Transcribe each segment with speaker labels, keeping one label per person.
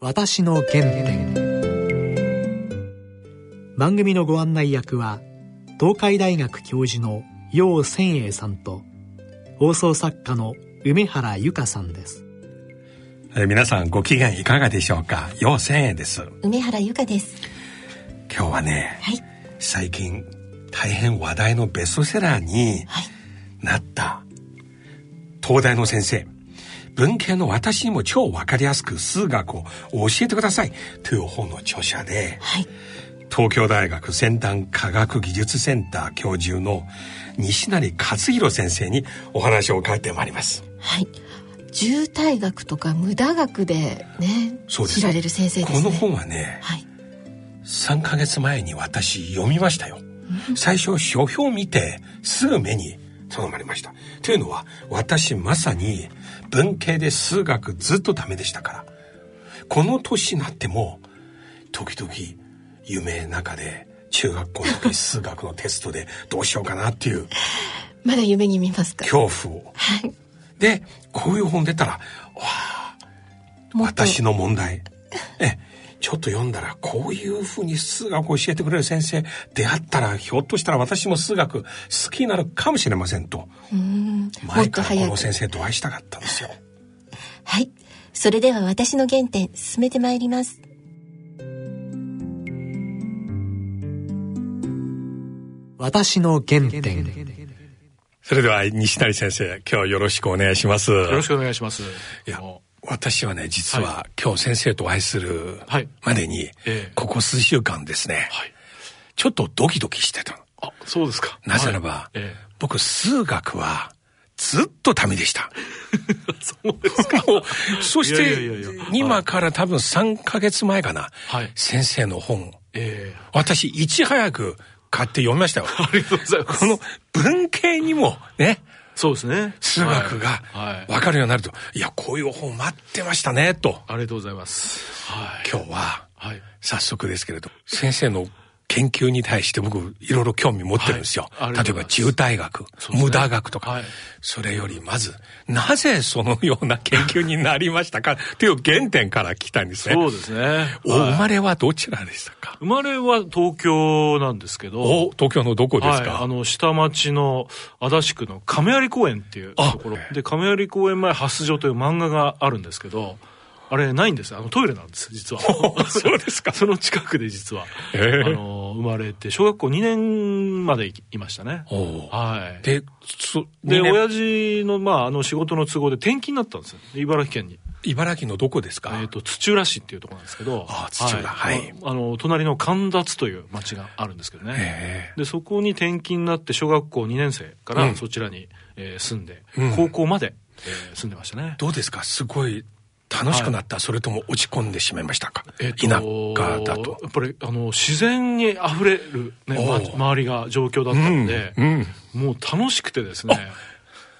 Speaker 1: 私の原点番組のご案内役は東海大学教授の楊千栄さんと放送作家の梅原由香さんです
Speaker 2: えー皆さんご機嫌いかがでしょうか陽千円です
Speaker 3: 梅原由香です。
Speaker 2: 今日はね
Speaker 3: はい。
Speaker 2: 最近大変話題のベストセラーに
Speaker 3: はい。
Speaker 2: なった東大の先生文系の私にも超わかりやすく数学を教えてくださいという本の著者で
Speaker 3: はい。
Speaker 2: 東京大学先端科学技術センター教授の西成勝弘先生にお話を伺ってまいります
Speaker 3: はい。渋滞学とか無駄学でね、
Speaker 2: そうです
Speaker 3: 知られる先生です
Speaker 2: こ
Speaker 3: ね。
Speaker 2: の本はね
Speaker 3: はい。
Speaker 2: 3ヶ月前に私読みましたよ。最初書評見てすぐ目に頼まれました。というのは私まさに文系で数学ずっとダメでしたから。この年になっても時々夢の中で中学校の時数学のテストでどうしようかなっていう
Speaker 3: まだ夢に見ますか。
Speaker 2: 恐怖を。
Speaker 3: はい。
Speaker 2: で、こういう本出たら、わあ、
Speaker 3: もっと
Speaker 2: 私の問題。え、ちょっと読んだら、こういうふうに数学を教えてくれる先生、出会ったら、ひょっとしたら私も数学好きになるかもしれませんと。
Speaker 3: うん。もっ
Speaker 2: 前
Speaker 3: と
Speaker 2: から
Speaker 3: 早
Speaker 2: こ
Speaker 3: く
Speaker 2: の。先生とお会いしたかったんですよ。
Speaker 3: はい。それでは私の原点、進めてまいります。
Speaker 1: 私の原点
Speaker 2: それでは、西成先生、今日よろしくお願いします。よ
Speaker 4: よろしくお願いします。
Speaker 2: いや
Speaker 4: あの、
Speaker 2: 私はね、実は、
Speaker 4: は
Speaker 2: 今日先生とお会いする
Speaker 4: はい
Speaker 2: までに、
Speaker 4: ええ
Speaker 2: ここ数週間ですね、
Speaker 4: はい。
Speaker 2: ちょっとドキドキしてたの。
Speaker 4: あ、そうですか。
Speaker 2: なぜならば、
Speaker 4: はいえ
Speaker 2: 僕数学はずっとダメでした。
Speaker 4: えそうですか。
Speaker 2: そし
Speaker 4: いやいやいやい
Speaker 2: て
Speaker 4: や、
Speaker 2: 今から多分3ヶ月前かな、
Speaker 4: はい
Speaker 2: 先生の本、
Speaker 4: ええ
Speaker 2: 私いち早く買って読みま したよ。
Speaker 4: ありがとうございます。
Speaker 2: この文系にもね、
Speaker 4: そうですね。
Speaker 2: 数学が
Speaker 4: はい。はい
Speaker 2: わかるようになると、いや、こういう本待ってましたね、と。
Speaker 4: ありがとうございます。はい。
Speaker 2: 今日は、
Speaker 4: はい。
Speaker 2: 早速ですけれど、先生の研究に対して僕、いろいろ興味持ってるんですよ。
Speaker 4: はいありが
Speaker 2: 例え
Speaker 4: とうござ
Speaker 2: ば、
Speaker 4: います
Speaker 2: 渋滞学、
Speaker 4: そうですね
Speaker 2: 無駄学とか、
Speaker 4: はい
Speaker 2: それよりまず、なぜそのような研究になりましたかっていう原点から聞きたいんですね。
Speaker 4: そうですね。
Speaker 2: お
Speaker 4: はい
Speaker 2: 生まれはどちらでしたか
Speaker 4: 生まれは東京なんですけど。
Speaker 2: お、東京のどこです
Speaker 4: はい、
Speaker 2: か、
Speaker 4: あの、下町の足立区の亀有公園っていう
Speaker 2: あ
Speaker 4: ところ。で、亀有公園前発所という漫画があるんですけど、あれないんですよあのトイレなんです、実は。
Speaker 2: そうですか
Speaker 4: その近くで実は、
Speaker 2: ええ
Speaker 4: あの、生まれて、小学校2年までいいましたね。
Speaker 2: おう
Speaker 4: はい。
Speaker 2: で、そ、
Speaker 4: で、
Speaker 2: 二年
Speaker 4: 親父の、まあ、あの、仕事の都合で転勤になったんですよ。茨城県に。
Speaker 2: 茨城のどこですか、
Speaker 4: えっ、と、土浦市っていうところなんですけど。
Speaker 2: あ土浦はい
Speaker 4: ああの、隣の神立という町があるんですけどね。
Speaker 2: え
Speaker 4: でそこに転勤になって小学校2年生か
Speaker 2: う
Speaker 4: ら
Speaker 2: ん
Speaker 4: そちらに、えー住んで、
Speaker 2: うん
Speaker 4: 高校まで、えー住んでましたね
Speaker 2: え。どうですかすごい楽しくなった、それとも落ち込んでしまいましたか、
Speaker 4: えっ
Speaker 2: 田舎だと
Speaker 4: や。っぱりあの自然にあふれる、ね
Speaker 2: お
Speaker 4: ま、
Speaker 2: う
Speaker 4: 周りが状況だったので、
Speaker 2: うんうん
Speaker 4: もう楽しくてですね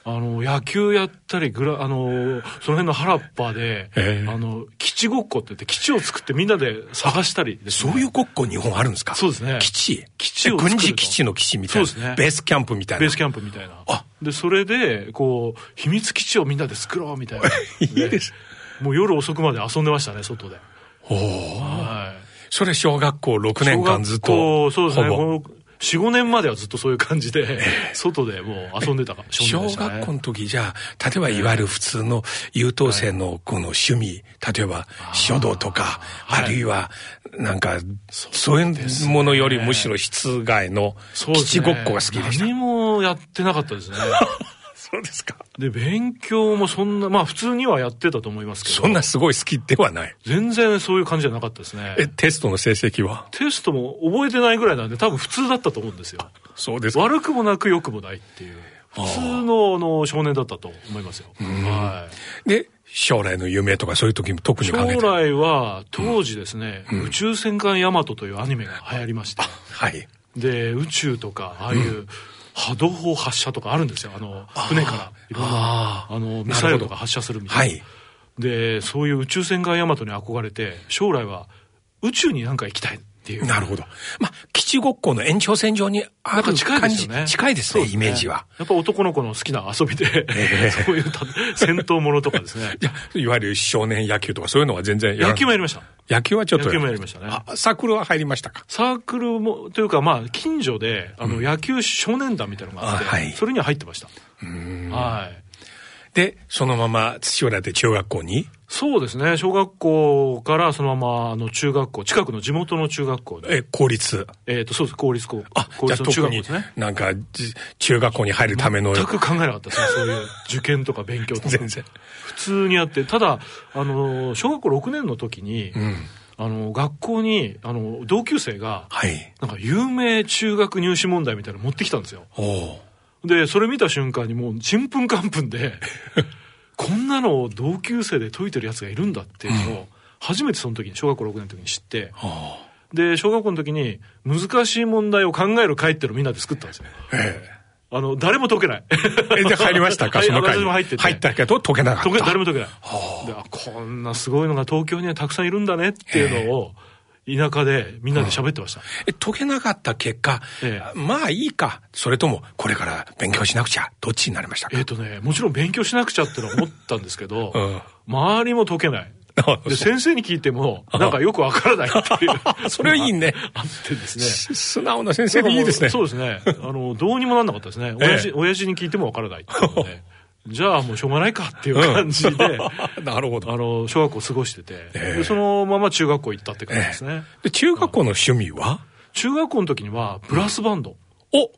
Speaker 4: あの野球やったりグラあのその辺の原っぱで、
Speaker 2: ええ
Speaker 4: あの基地ごっこって言って基地を作ってみんなで探したりですね
Speaker 2: そういう国庫日本あるんですか
Speaker 4: そうですね
Speaker 2: 基地
Speaker 4: 基地を作ると
Speaker 2: 軍事基地の基地みたいな。
Speaker 4: そうですね
Speaker 2: ベースキャンプみたいな。
Speaker 4: ベースキャンプみたいな
Speaker 2: あ。
Speaker 4: で、それで、こう、秘密基地をみんなで作ろうみたいな。い
Speaker 2: いです。
Speaker 4: もう夜遅くまで遊んでましたね、外で。
Speaker 2: おー
Speaker 4: は
Speaker 2: それ小学校6
Speaker 4: い。
Speaker 2: 年間ずっと。
Speaker 4: 小学校そうですね。
Speaker 2: ほぼ
Speaker 4: もう4、5年まではずっとそういう感じで、外でもう遊んでたか少年
Speaker 2: 小
Speaker 4: でしたね
Speaker 2: 学校の時じゃあ、例えばいわゆる普通の優等生のこの趣味、例えば書道とか、あ
Speaker 4: はい
Speaker 2: るいはなんか、そういうものよりむしろ室外の
Speaker 4: そう
Speaker 2: 基
Speaker 4: です
Speaker 2: 地
Speaker 4: ね
Speaker 2: ごっこが好きでした。
Speaker 4: 何もやってなかったですね。
Speaker 2: そうですか。
Speaker 4: で、勉強もそんな、まあ普通にはやってたと思いますけど。
Speaker 2: そんなすごい好きではない。
Speaker 4: 全然そういう感じじゃなかったですね。
Speaker 2: え、テストの成績は
Speaker 4: テストも覚えてないぐらいなんで多分普通だったと思うんですよ。
Speaker 2: そうですか。
Speaker 4: 悪くもなく良くもないっていう。普通のあの少年だったと思いますよ。は
Speaker 2: で、将来の夢とかそういう時も特
Speaker 4: い、
Speaker 2: に
Speaker 4: 将
Speaker 2: 考えて。
Speaker 4: 来は当時ですね、宇宙戦艦ヤマトというアニメが流行りまして、
Speaker 2: はい。
Speaker 4: で、宇宙とか、ああいう波動砲発射とかあるんですよ。あの、船からいろん
Speaker 2: あ
Speaker 4: な、あの、ミサイルとか発射するみた
Speaker 2: はい
Speaker 4: な。
Speaker 2: い。
Speaker 4: で、そういう宇宙戦艦ヤマトに憧れて、将来は宇宙になんか行きたいってっていう。
Speaker 2: なるほど。まあ、基地ごっこの延長線上にあ
Speaker 4: なん
Speaker 2: る
Speaker 4: か
Speaker 2: 感じ。
Speaker 4: 近いですよね。
Speaker 2: 近いですね、
Speaker 4: そう
Speaker 2: イメージは。。
Speaker 4: やっぱ男の子の好きな遊びで、 そういうた戦闘ものとかですね。
Speaker 2: いや、いわゆる少年野球とかそういうのは全然やらな
Speaker 4: 野
Speaker 2: い
Speaker 4: 球もやりました。
Speaker 2: 野球はちょっと。
Speaker 4: 野球もやりましたね
Speaker 2: あ、サークルは入りましたか。
Speaker 4: サークルも、というかまあ、近所で、あの、野球少年団みたいなのがあって、
Speaker 2: あはい
Speaker 4: それには入ってました。はい。
Speaker 2: で、そのまま土浦で中学校に。
Speaker 4: そうですね。小学校からそのまま、あの、中学校、近くの地元の中学校で。
Speaker 2: え、公立。
Speaker 4: えっ、と、そうです。公立高校。
Speaker 2: あ、
Speaker 4: 公
Speaker 2: じゃあ
Speaker 4: 立
Speaker 2: 特
Speaker 4: の中学校
Speaker 2: に
Speaker 4: ですね。
Speaker 2: なんか、じ中学校に入るための。
Speaker 4: 全く考えなかったですね。そういう受験とか勉強とか。
Speaker 2: 全然。
Speaker 4: 普通にやって、ただ、あの、小学校6年の時に、
Speaker 2: うん。
Speaker 4: あの、学校に、あの、同級生が、
Speaker 2: はい。
Speaker 4: なんか有名中学入試問題みたいなの持ってきたんですよ。
Speaker 2: おお。
Speaker 4: で、それ見た瞬間にもう、ちんぷんかんぷん で、こんなのを同級生で解いてるやつがいるんだっていうのを、初めてその時に、小学校6年の時に知って、で、小学校の時に、難しい問題を考える会っていうのをみんなで作ったんですよ。
Speaker 2: え
Speaker 4: あの、誰も解けない。
Speaker 2: え。え、じゃあ入りましたか、
Speaker 4: はい
Speaker 2: その会
Speaker 4: 私
Speaker 2: に。
Speaker 4: も入ってて
Speaker 2: 入ったけど、解けなか
Speaker 4: 解
Speaker 2: っ
Speaker 4: け
Speaker 2: た。
Speaker 4: 誰も解けない。であこんなすごいのが東京にはたくさんいるんだねっていうのを、田舎でみんなで喋ってました。
Speaker 2: え解けなかった結果、
Speaker 4: え
Speaker 2: まあいいか、それともこれから勉強しなくちゃ、どっちになりましたか。
Speaker 4: えっ、とね、もちろん勉強しなくちゃってのは思ったんですけど、
Speaker 2: うん
Speaker 4: 周りも解けない。
Speaker 2: あ
Speaker 4: で、先生に聞いても、なんかよくわからないっていう。
Speaker 2: あ それはい いね。
Speaker 4: あってですね。
Speaker 2: す素直な先生でいいですね。
Speaker 4: そうですね。あの、どうにもなんなかったですね。
Speaker 2: ええ
Speaker 4: 親父、親父に聞いてもわからないっていうので。じゃあもうしょうがないかっていう感じで、
Speaker 2: なるほど。
Speaker 4: あの、小学校過ごしてて、
Speaker 2: ええ
Speaker 4: でそのまま中学校行ったって感じですね。
Speaker 2: で、中学校の趣味は
Speaker 4: 中学校の時には、ブラスバンドっ
Speaker 2: お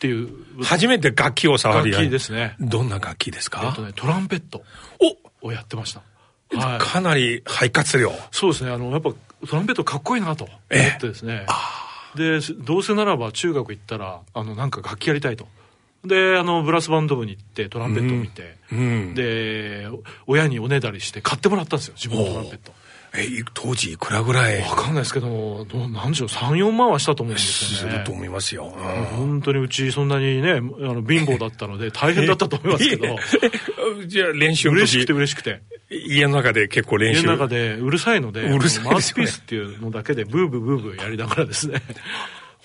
Speaker 4: ていう
Speaker 2: 初めて楽器を触
Speaker 4: 楽
Speaker 2: り合い
Speaker 4: 器ですね。
Speaker 2: どんな楽器です
Speaker 4: えっ
Speaker 2: か
Speaker 4: とね、トランペット
Speaker 2: お
Speaker 4: をやってました。はい。
Speaker 2: かなり肺活量。
Speaker 4: そうですね、あのやっぱトランペットかっこいいなと思
Speaker 2: ええ
Speaker 4: ってですね、ですどうせならば中学行ったら、あのなんか楽器やりたいと。であのブラスバンド部に行ってトランペットを見て、
Speaker 2: うん。
Speaker 4: で親におねだりして買ってもらったんですよ自分のトランペット
Speaker 2: え、い当時いくらぐらい
Speaker 4: 分かんないですけどもどう何十34万はしたと思うんです
Speaker 2: す
Speaker 4: よ
Speaker 2: る
Speaker 4: ね
Speaker 2: と思いますよ。うん
Speaker 4: 本当にうちそんなにねあの貧乏だっ たので大変だったと思いますけど
Speaker 2: えじゃあ練習の
Speaker 4: 嬉
Speaker 2: 時
Speaker 4: しくて、嬉しくて
Speaker 2: 家の中で結構練
Speaker 4: 家
Speaker 2: 習。
Speaker 4: の中でうるさいので、
Speaker 2: うるさい
Speaker 4: マウ
Speaker 2: です
Speaker 4: ス
Speaker 2: よね
Speaker 4: ピースっていうのだけでブーブーブーブーやりながらですね、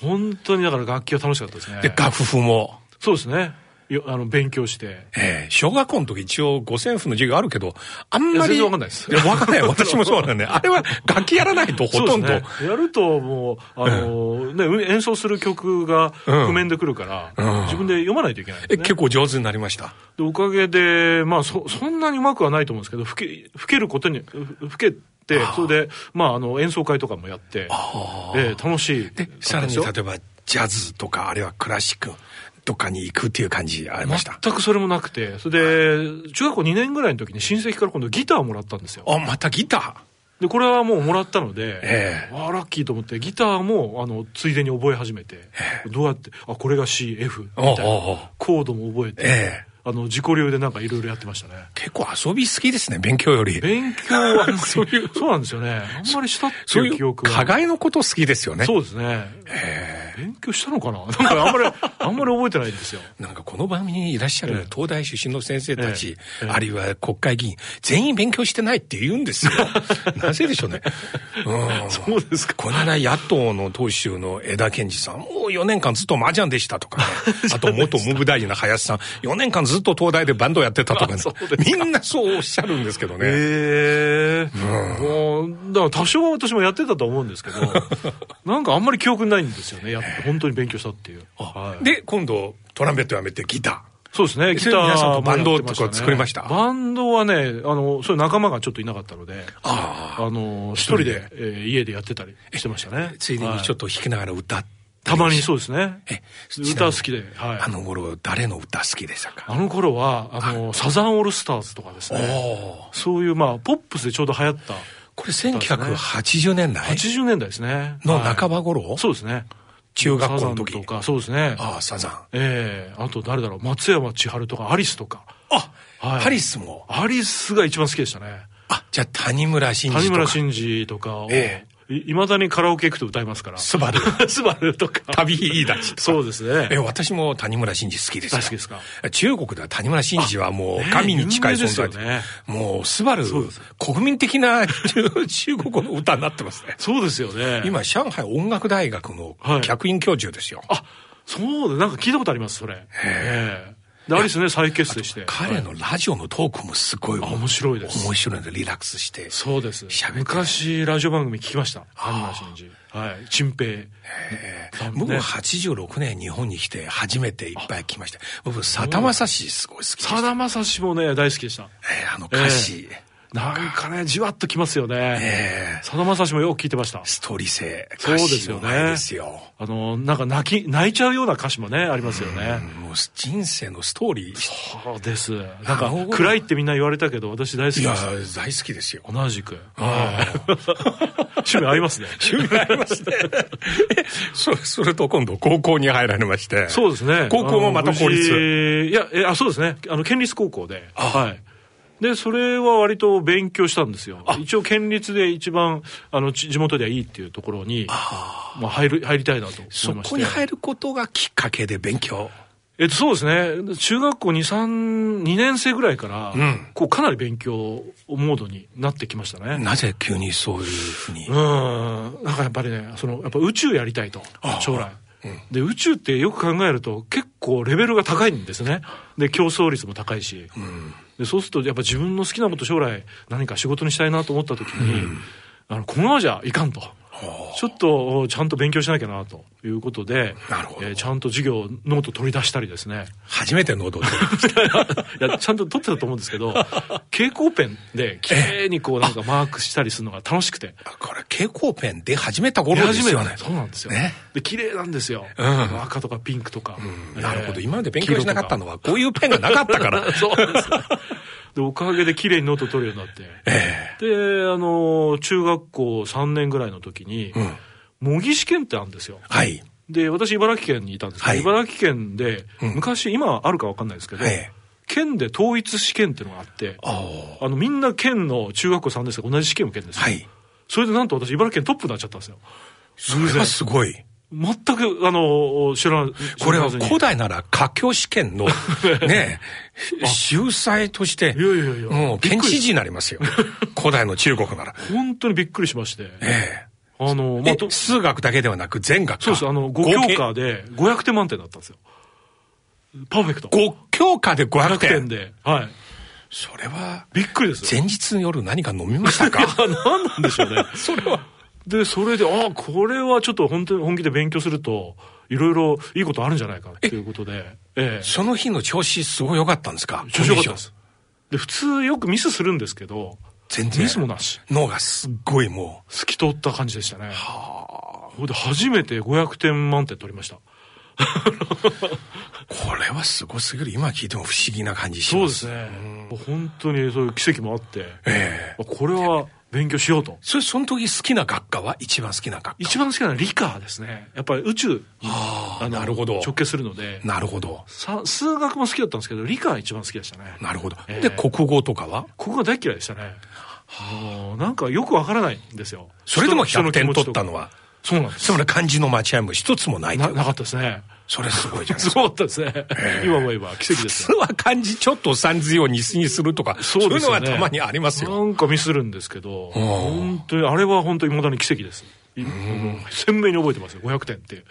Speaker 4: 本当にだから楽器は楽しかったですね
Speaker 2: で、。楽譜も。
Speaker 4: そうですね。よあの勉強して。
Speaker 2: ええ小学校の時一応五線譜の授業あるけど、あんまり。
Speaker 4: いや全然わかんないです
Speaker 2: やわかんない。私もそうなんだね。あれは楽器やらないとほとんど。
Speaker 4: そうですね、やるともう、あの、ね、う演奏する曲が譜面で来るから、
Speaker 2: うん
Speaker 4: 自分で読まないといけないんです
Speaker 2: え、
Speaker 4: ね、
Speaker 2: 結構上手になりました。
Speaker 4: でおかげで、まあそ、そんなにうまくはないと思うんですけど、吹け、吹けることに、ふ吹けて、それで、まあ、あの、演奏会とかもやって、えー楽しい。
Speaker 2: で、さらに例えばジャズとか、あるいはクラシックとかに行くっていう感じありました。
Speaker 4: 全くそれもなくて、それで、中学校2年ぐらいの時に親戚から今度ギターをもらったんですよ。
Speaker 2: あ、またギター。
Speaker 4: で、これはもうもらったので、
Speaker 2: ええ
Speaker 4: ああ、ラッキーと思って、ギターも、あの、ついでに覚え始めて、どうやって、あ、これが CF みたいな、
Speaker 2: おうおうおう
Speaker 4: コードも覚えて、
Speaker 2: ええ
Speaker 4: あの、自己流でなんかいろいろやってましたね。
Speaker 2: 結構遊び好きですね、勉強より。
Speaker 4: 勉強は、 そういう、そうなんですよね。あんまりしたって
Speaker 2: そう
Speaker 4: い
Speaker 2: いう
Speaker 4: 記
Speaker 2: う
Speaker 4: 憶が。
Speaker 2: 課外のこと好きですよね。
Speaker 4: そうですね。勉強したのかななん かあんまり、あんまり覚えてないんですよ。
Speaker 2: なんかこの番組にいらっしゃ
Speaker 4: ええ
Speaker 2: る東大出身の先生たち、
Speaker 4: ええ
Speaker 2: あるいは国会議員、全員勉強してないって言うんですよ。なぜでしょうね。うん。
Speaker 4: そうですか。
Speaker 2: この間、野党の党首の江田健二さん、もう4年間ずっと麻雀でしたとかね、あと元文部大臣の林さん、4年間ずっと東大でバンドやってたとかね
Speaker 4: あそうです、
Speaker 2: みんなそうおっしゃるんですけどね。
Speaker 4: ええもう、だから多少は私もやってたと思うんですけ ど、なんかあんまり記憶にないんですよね。やっ本当に勉強したっていう。はい
Speaker 2: で、今度、トランペットやめてギタ
Speaker 4: そうですね、ギターもや
Speaker 2: 皆さん
Speaker 4: っ
Speaker 2: と
Speaker 4: て
Speaker 2: バ
Speaker 4: ましたね
Speaker 2: ンドとか作りました
Speaker 4: バンドはね、あの、そういう仲間がちょっといなかったので、あの、一人で、えー家でやってたりしてましたね
Speaker 2: ー。。ついで
Speaker 4: は
Speaker 2: にちょっと弾きながら歌って、
Speaker 4: たまにそうですね。
Speaker 2: え
Speaker 4: 歌好きで、はい。
Speaker 2: あの頃、誰の歌好きでしたか
Speaker 4: あの頃は、あの、サザンオールスターズとかです
Speaker 2: お
Speaker 4: ね。
Speaker 2: ー
Speaker 4: そういう、まあ、ポップスでちょうど流行った、
Speaker 2: これ1980年代
Speaker 4: 80年代ですね。
Speaker 2: の
Speaker 4: はい
Speaker 2: 半ば頃、
Speaker 4: そうですね。
Speaker 2: 中学校の時
Speaker 4: サザンとか、そうですね。
Speaker 2: ああ、サザン。
Speaker 4: ええあと誰だろう、松山千春とか、アリスとか。
Speaker 2: あ、
Speaker 4: はい
Speaker 2: ハリスも。
Speaker 4: アリスが一番好きでしたね。
Speaker 2: あ、じゃあ谷村新司と
Speaker 4: 谷
Speaker 2: か。
Speaker 4: 村新司とかを、
Speaker 2: ええ
Speaker 4: いまだにカラオケ行くと歌いますから。
Speaker 2: スバル。
Speaker 4: スバルとか。
Speaker 2: 旅いいだし。
Speaker 4: そうですね
Speaker 2: え、。私も谷村新司好きですよ。
Speaker 4: 大好きですか
Speaker 2: 中国では谷村新司はもう神に近い存在
Speaker 4: ね有名ですよね
Speaker 2: もう、スバル
Speaker 4: そうです、
Speaker 2: 国民的な中 国語の歌になってますね。
Speaker 4: そうですよね。。
Speaker 2: 今、上海音楽大学の
Speaker 4: はい
Speaker 2: 客員教授ですよ。
Speaker 4: あ、そうだ、なんか聞いたことあります、それ。ええ。で、あれですね、再結成して。
Speaker 2: 彼のラジオのトークもすごい
Speaker 4: あ面白いです
Speaker 2: 面白いのでリラックスして。
Speaker 4: そうです
Speaker 2: 喋っ。て
Speaker 4: 昔、ラジオ番組聞きました。谷村新司。はい。陳平。
Speaker 2: 僕
Speaker 4: ね
Speaker 2: は86年日本に来て初めていっぱい来ました。僕、さだまさしすごい好きでした。
Speaker 4: さだまさしもね、大好きでした。
Speaker 2: えーあの歌詞、
Speaker 4: なんかね、じわっときますよ
Speaker 2: え
Speaker 4: ね。さだまさしもよく聞いてました。
Speaker 2: ストーリー性、
Speaker 4: そう
Speaker 2: 歌
Speaker 4: で
Speaker 2: 詞
Speaker 4: す
Speaker 2: の
Speaker 4: よね
Speaker 2: 前ですよ。
Speaker 4: あの、なんか泣き、泣いちゃうような歌詞もね、ありますよね。
Speaker 2: もう人生のストーリー。
Speaker 4: そうです。なんか
Speaker 2: あの、
Speaker 4: 暗いってみんな言われたけど、私大好き
Speaker 2: いや
Speaker 4: でした。、
Speaker 2: 大好きですよ。
Speaker 4: 同じく。趣味合いま すね。
Speaker 2: 趣味ありますね。え そそれと今度高校に入られまして。
Speaker 4: そうですね。
Speaker 2: 高校もまた公
Speaker 4: あの
Speaker 2: 立。
Speaker 4: 無事いや、え、あ、そうですね。あの、県立高校で。
Speaker 2: あ
Speaker 4: はい。で、それは割と勉強したんですよ。一応県立で一番、あの、ち地元ではいいっていうところに、まあ、入る、入りたいなと思いまして。
Speaker 2: そこに入ることがきっかけで勉強。
Speaker 4: えっと、そうですね。中学校2、3、2年生ぐらいから、
Speaker 2: ん
Speaker 4: こう、かなり勉強モードになってきましたね。
Speaker 2: なぜ急にそういうふうに
Speaker 4: うん。。なんかやっぱりね、その、やっぱ宇宙やりたいと
Speaker 2: あ、
Speaker 4: 将来。で、宇宙ってよく考えると結構レベルが高いんですね。で、競争率も高いし。で、そうするとやっぱ自分の好きなこと将来何か仕事にしたいなと思った時に、あの、このままじゃいかんと。ちょっとちゃんと勉強しなきゃなということで、
Speaker 2: なるほど
Speaker 4: えーちゃんと授業、ノート取り出したり ですね。
Speaker 2: 初めての踊り。
Speaker 4: いや、ちゃんと撮ってたと思うんです けど、蛍光ペンで綺麗にこうなんかマークしたりするのが楽しくて。
Speaker 2: これ蛍光ペンで始めた頃ですよね。
Speaker 4: そうなんですよ。
Speaker 2: ね
Speaker 4: で、綺麗なんですよ。
Speaker 2: ん
Speaker 4: 赤とかピンクとか。えー
Speaker 2: なるほど。今まで勉強しなかったのは、こういうペンがなかったから。
Speaker 4: そうです。で、おかげで綺麗にノート取るようになって。
Speaker 2: え
Speaker 4: で、あのー、中学校3年ぐらいの時に、模擬試験ってあるんですよ。
Speaker 2: えはい。
Speaker 4: で、私、茨城県にいたんですけど、
Speaker 2: はい
Speaker 4: 茨城県で、
Speaker 2: うん
Speaker 4: 昔、今はあるかわかんないですけど、
Speaker 2: ええ
Speaker 4: 県で統一試験っていうのがあって、
Speaker 2: ああ。
Speaker 4: あの、みんな県の中学校3年生が同じ試験を受けるんですよ。
Speaker 2: はい。
Speaker 4: それでなんと私、茨城県トップになっちゃったんですよ。
Speaker 2: それはすごい。
Speaker 4: 全く、あの、知らん。
Speaker 2: これは
Speaker 4: 知らずに
Speaker 2: 古代なら華僑試験 のねえ、秀才として、
Speaker 4: いやいやいや
Speaker 2: もう県知事になります よ。古代の中国なら。
Speaker 4: 本当にびっくりしまして。
Speaker 2: え
Speaker 4: あの、
Speaker 2: え
Speaker 4: まあ、
Speaker 2: え
Speaker 4: と
Speaker 2: 数学だけではなく全学科
Speaker 4: そうです、あの、
Speaker 2: 合
Speaker 4: 5
Speaker 2: 計
Speaker 4: 教科で500点満点だったんですよ。パーフェクト。
Speaker 2: 5教科で500
Speaker 4: 500
Speaker 2: 点。
Speaker 4: 点で。はい。
Speaker 2: それは、
Speaker 4: びっくりですよ。
Speaker 2: 前日の夜何か飲みました か
Speaker 4: 何なんでしょうね。
Speaker 2: それは。
Speaker 4: で、それで、ああ、これはちょっと本当に本気で勉強すると、いろいろいいことあるんじゃないかということで、ええ。
Speaker 2: その日の調子すごい良かったんですか
Speaker 4: 調子良かったです。。で、普通よくミスするんですけど、
Speaker 2: 全然。
Speaker 4: ミスもなし。
Speaker 2: 脳がすっごいも
Speaker 4: 透き通った感じでしたね。はあ。で、初めて500点満点取りました。
Speaker 2: う、これはすごすぎる。今聞いても不思議な感じし
Speaker 4: そう
Speaker 2: ま。
Speaker 4: ですすね。本当にそういう奇跡もあって、
Speaker 2: ええ
Speaker 4: あこれは勉強しようと。
Speaker 2: それ、その時好きな学科は一番好きな学科。
Speaker 4: 一番好きなのは理科ですね。やっぱり宇宙に
Speaker 2: ああ、
Speaker 4: の
Speaker 2: なるほど。
Speaker 4: 直結するので、
Speaker 2: なるほど。
Speaker 4: さ数学も好きだったんですけど、理科が一番好きでしたね。
Speaker 2: なるほど。
Speaker 4: え
Speaker 2: で、
Speaker 4: え
Speaker 2: 国語とかは
Speaker 4: ここが大嫌いでしたね。もうなんかよくわからないんですよ。
Speaker 2: それでも
Speaker 4: 人の
Speaker 2: 100点
Speaker 4: 人
Speaker 2: 取
Speaker 4: 気持ちと
Speaker 2: っ
Speaker 4: か
Speaker 2: たのは、
Speaker 4: そうなんです
Speaker 2: つまり漢字の待合も一つもない
Speaker 4: な。
Speaker 2: と。
Speaker 4: なかったです ね。
Speaker 2: それすごいじゃないで す
Speaker 4: す
Speaker 2: か。
Speaker 4: ごかったですね。今思えば奇跡
Speaker 2: 普
Speaker 4: です
Speaker 2: 通
Speaker 4: よ。
Speaker 2: は漢字ちょっとお産字をにすにすると か、そういうのはたまにありますよ。
Speaker 4: なんかミスるんですけど、
Speaker 2: ん
Speaker 4: 本当に、あれは本当に未だに奇跡です。いもう鮮明に覚えてますよ、500点って。
Speaker 2: へえ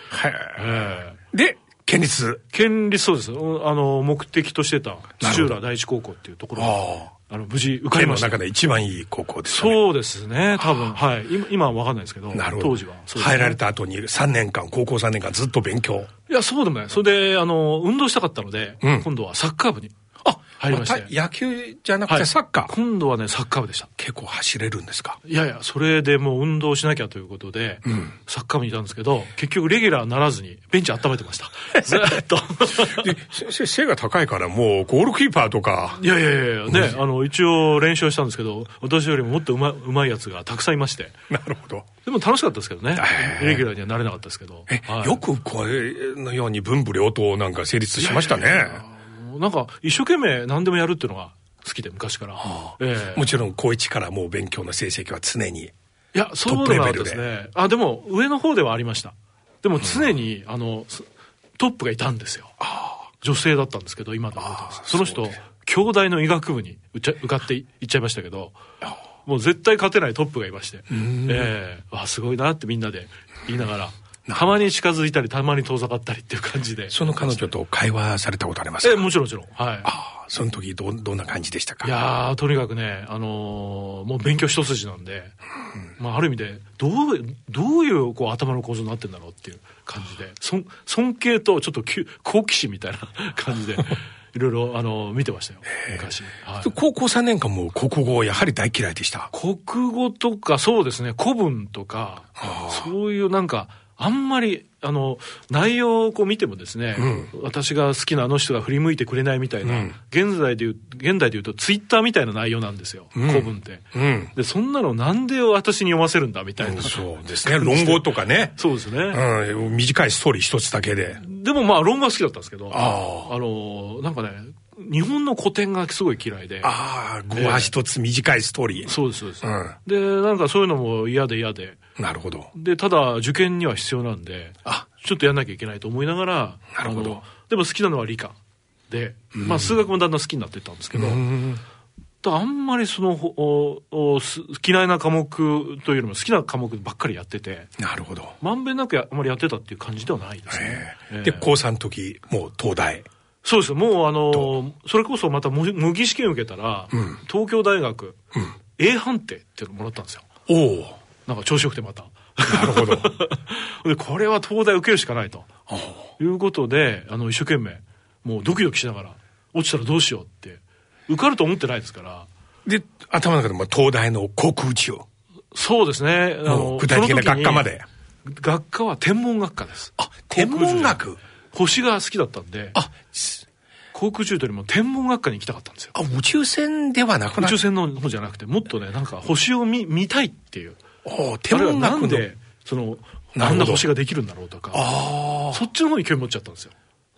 Speaker 4: ええ
Speaker 2: で、県立。
Speaker 4: 県立そうです。おあの、目的としてた土浦第一高校っていうところに
Speaker 2: ああ。
Speaker 4: あの、無事受かり
Speaker 2: 県の
Speaker 4: ました。
Speaker 2: 中で一番いい高校です、ね。
Speaker 4: そうですね、多分。はい。今、今は分かんないですけど、
Speaker 2: なるほど。
Speaker 4: 当時は。そうです
Speaker 2: 入られた後に3年間、高校3年間ずっと勉強。
Speaker 4: いや、そうでもない。それで、あの、運動したかったので、
Speaker 2: うん
Speaker 4: 今度はサッカー部に
Speaker 2: あ、
Speaker 4: 入りまして。
Speaker 2: 野球じゃなく
Speaker 4: は
Speaker 2: て
Speaker 4: い
Speaker 2: サッカー。
Speaker 4: 今度はね、サッカー部でした。
Speaker 2: 結構走れるんですか
Speaker 4: いやいや、それでもう運動しなきゃということで、サッカー部にいたんですけど、結局レギュラーならずに、ベンチ温めてました。 ずーっと。
Speaker 2: で、先生背が高いからもうゴールキーパーとか。
Speaker 4: いやいやいやいや、ね、あの、一応練習したんですけど、私よりももっとうまうまいやつがたくさんいまして。
Speaker 2: なるほど。
Speaker 4: でも楽しかったですけどね
Speaker 2: え。え
Speaker 4: レギュラーにはなれなかったですけど。
Speaker 2: え、
Speaker 4: はい
Speaker 2: よくこれのように文武両党なんか成立しましたね。
Speaker 4: なんか、一生懸命何でもやるっていうのが好きで、昔から。ええ
Speaker 2: もちろん、高一からもう勉強の成績は常に。
Speaker 4: いいや、そうではなかったですね。あ、でも、上の方ではありました。でも、常に、あの、すトップがいたんですよ。女性だったんですけど、今でも覚えてます
Speaker 2: あー
Speaker 4: その人
Speaker 2: そうです、
Speaker 4: 京大の医学部にうちゃ受かってい行っちゃいましたけど、もう絶対勝てないトップがいまして、ええわ、すごいなってみんなで言いながら、たまに近づいたり、たまに遠ざかったりっていう感じで。
Speaker 2: その彼女と会話されたことあります
Speaker 4: ええ
Speaker 2: か
Speaker 4: もちろんもちろん。はい。
Speaker 2: ああ、その時どん、どんな感じでしたか
Speaker 4: いやーとにかくね、あのーもう勉強一筋なんで、まあ、ある意味でどうどういうこう頭の構造になってんだろうっていう感じでそん尊敬とちょっときゅ好奇心みたいな 感じでいろいろ、あのー見てましたよ昔、はい
Speaker 2: 高校3年間も国語をやはり大嫌いでした。
Speaker 4: 国語とかそうですね古文とかそういうなんかあんまりあの内容をこう見てもですね、私が好きなあの人が振り向いてくれないみたいな、
Speaker 2: うん
Speaker 4: 現在でいう現代でいうとツイッターみたいな内容なんですよ、
Speaker 2: うん
Speaker 4: 古文って。
Speaker 2: うん。
Speaker 4: で、そんなのなんで私に読ませるんだみたいな。
Speaker 2: そうですね。論語とかね。
Speaker 4: そうですね。
Speaker 2: うん、短いストーリー一つだけで。
Speaker 4: でもまあ論文は好きだったんですけど、
Speaker 2: あ
Speaker 4: の、なんかね、日本の古典がすごい嫌いで。
Speaker 2: ああ、語は一つ短いストーリー。
Speaker 4: そうです、そうです、
Speaker 2: うん
Speaker 4: で、なんかそういうのも嫌で嫌で。
Speaker 2: なるほど。
Speaker 4: で、ただ受験には必要なんで、
Speaker 2: あ
Speaker 4: ちょっとやんなきゃいけないと思いながら、
Speaker 2: なるほど
Speaker 4: あのでも好きなのは理科で、まあ数学もだんだん好きになっていったんですけど、ただあんまりそのおおす嫌いな科目というよりも好きな科目ばっかりやってて、
Speaker 2: なるほど。
Speaker 4: まんべんなくやあまりやってたっていう感じではないですね
Speaker 2: え。
Speaker 4: え
Speaker 2: え
Speaker 4: え
Speaker 2: で、高3の時、もう東大。
Speaker 4: そうですもうあの、それこそまた模模擬試験受けたら、東京大学、A 判定っていうのもらったんですよ。
Speaker 2: おお。
Speaker 4: なんか調子よくてまた。
Speaker 2: なるほど。
Speaker 4: で、これは東大受けるしかないと。いうことで、あの、一生懸命、もうドキドキしながら、落ちたらどうしようって、受かると思ってないですから、
Speaker 2: で、頭の中でも東大の航空宇宙。
Speaker 4: そうですね。あ
Speaker 2: もう具体的な学科まで。
Speaker 4: その時に学科は天文学科です。
Speaker 2: あ、天文学。
Speaker 4: 星が好きだったんで、
Speaker 2: あ、す
Speaker 4: 航空宇宙というよりも天文学科に行きたかったんですよ。
Speaker 2: あ宇宙船ではなく
Speaker 4: 宇
Speaker 2: なっ
Speaker 4: 宙船の方じゃなくて、もっとね、なんか星を見見たいっていう。
Speaker 2: おお、
Speaker 4: あ
Speaker 2: 天
Speaker 4: れは
Speaker 2: 文
Speaker 4: な
Speaker 2: 学
Speaker 4: ん
Speaker 2: の。
Speaker 4: で、その、
Speaker 2: なるほど
Speaker 4: あんな星ができるんだろうとか、そっちの方に興味持っちゃったんですよ。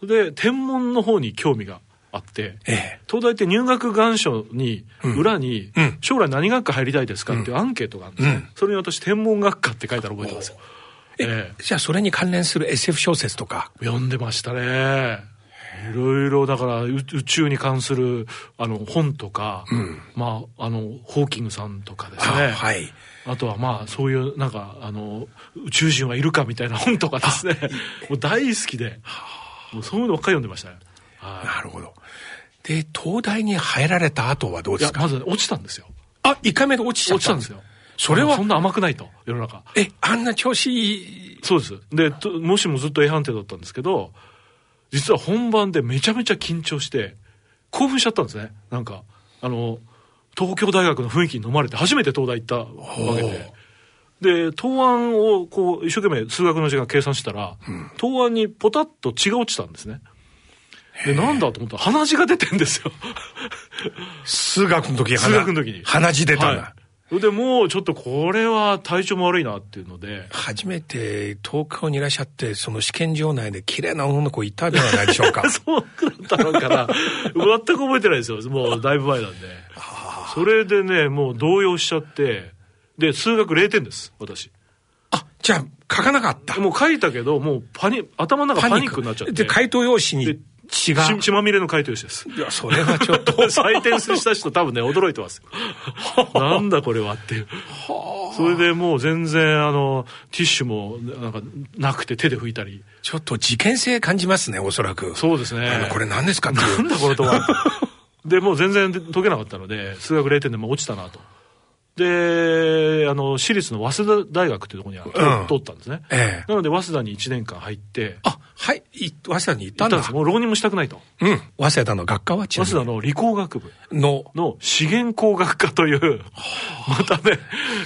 Speaker 4: で、天文の方に興味があって、
Speaker 2: ええ。
Speaker 4: 東大って入学願書に、裏に
Speaker 2: うん、
Speaker 4: 将来何学科入りたいですかっていうアンケートがあるんですね。それに私、天文学科って書いたら覚えてますよ。え
Speaker 2: じゃあ、それに関連する SF 小説とか。
Speaker 4: え、読んでましたね。いろいろ、だから、う宇宙に関する、あの、本とか、まあ、あの、ホーキングさんとかです
Speaker 2: あ
Speaker 4: ね。
Speaker 2: はい。
Speaker 4: あとはまあそういうなんかあの宇宙人はいるかみたいな本とかですねもう大好きでもうそういうのばっかり読んでましたね、は
Speaker 2: なるほど。で、東大に入られた後はどう
Speaker 4: い、い
Speaker 2: で
Speaker 4: や
Speaker 2: すか
Speaker 4: まずね落ちたんですよ
Speaker 2: あ、一回目で落ちちゃ
Speaker 4: 落
Speaker 2: っ
Speaker 4: ちた
Speaker 2: た
Speaker 4: んですよ
Speaker 2: それは
Speaker 4: そんな甘くないと世の中
Speaker 2: え、あんな調子いい。
Speaker 4: そうですでともしもずっと A 判定だったんですけど実は本番でめちゃめちゃ緊張して興奮しちゃったんですねなんかあの東京大学の雰囲気に飲まれて初めて東大行ったわけでで答案をこう一生懸命数学の時間計算したら、答案にポタッと血が落ちたんですねでなんだと思ったら鼻血が出てんですよ
Speaker 2: 数学の時
Speaker 4: 数学の時に
Speaker 2: 鼻血出たんだ。
Speaker 4: はいそれでもうちょっとこれは体調も悪いなっていうので
Speaker 2: 初めて東京にいらっしゃって、その試験場内で綺麗な女の子いたではないでしょう か。
Speaker 4: そうだったのかな 全く覚えてないですよ。もうだいぶ前なんで。それでね、もう動揺しちゃって、で、数学0点です、私。
Speaker 2: あ、じゃあ書かなかった。
Speaker 4: もう書いたけど、もうパニ、頭の中パニックになっちゃって。
Speaker 2: で、回答用紙に血が。
Speaker 4: 血血まみれの回答用紙です。
Speaker 2: いや、それはちょっと。
Speaker 4: 採点した人多分ね、驚いてますよ。なんだこれはっていう。それでもう全然、あの、ティッシュも、なんか、なくて手で拭いたり。
Speaker 2: ちょっと事件性感じますね、おそらく。
Speaker 4: そうです
Speaker 2: あの
Speaker 4: ね。
Speaker 2: これ何ですかっていう。
Speaker 4: なんだこれとは。 で、もう全然解けなかったので、数学0点でもう落ちたなと。で、あの、私立の早稲田大学っていうところには、
Speaker 2: うん
Speaker 4: 通ったんですね。
Speaker 2: ええ
Speaker 4: なので、早稲田に1年間入って、
Speaker 2: あ、はい、い早稲田に行った
Speaker 4: 行
Speaker 2: ん
Speaker 4: ったん
Speaker 2: だ。
Speaker 4: です。もう浪人もしたくないと。
Speaker 2: うん。早稲田の学科はち
Speaker 4: 早
Speaker 2: な
Speaker 4: 稲
Speaker 2: み
Speaker 4: 田の理工学部
Speaker 2: にの、
Speaker 4: の資源工学科という、 またね、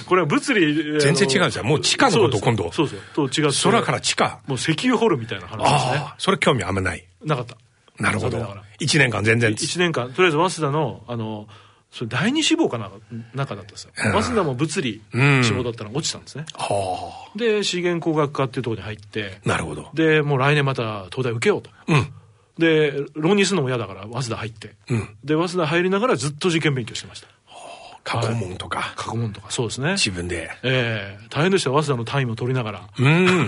Speaker 4: これは物理。
Speaker 2: 全然違うん
Speaker 4: う
Speaker 2: ですよ。もう地下のこと今度。
Speaker 4: そうですよ。と違って。
Speaker 2: 空から地下。
Speaker 4: もう石油掘るみたいな話ですね
Speaker 2: ああ、それ興味あんまない。。
Speaker 4: なかった。
Speaker 2: なるほ
Speaker 4: 残念
Speaker 2: ど
Speaker 4: ながら。
Speaker 2: 一年間全然。
Speaker 4: 1年間、とりあえず早稲田の、あの、それ第二志望かな、中だったんですよ。
Speaker 2: ん
Speaker 4: 早稲田も物理
Speaker 2: うん
Speaker 4: 志望だったら落ちたんですね。
Speaker 2: は
Speaker 4: で、資源工学科っていうところに入って
Speaker 2: あ、、なるほど。
Speaker 4: で、もう来年また東大受けようと。
Speaker 2: うん。
Speaker 4: で、浪人するのも嫌だから、早稲田入って。
Speaker 2: うん。
Speaker 4: で、早稲田入りながらずっと受験勉強してました。
Speaker 2: 過去問とか、
Speaker 4: 過去問とか、そうですね。
Speaker 2: 自分 で。
Speaker 4: ええ大変でしたよ。早稲田の単位も取りながら、
Speaker 2: うん。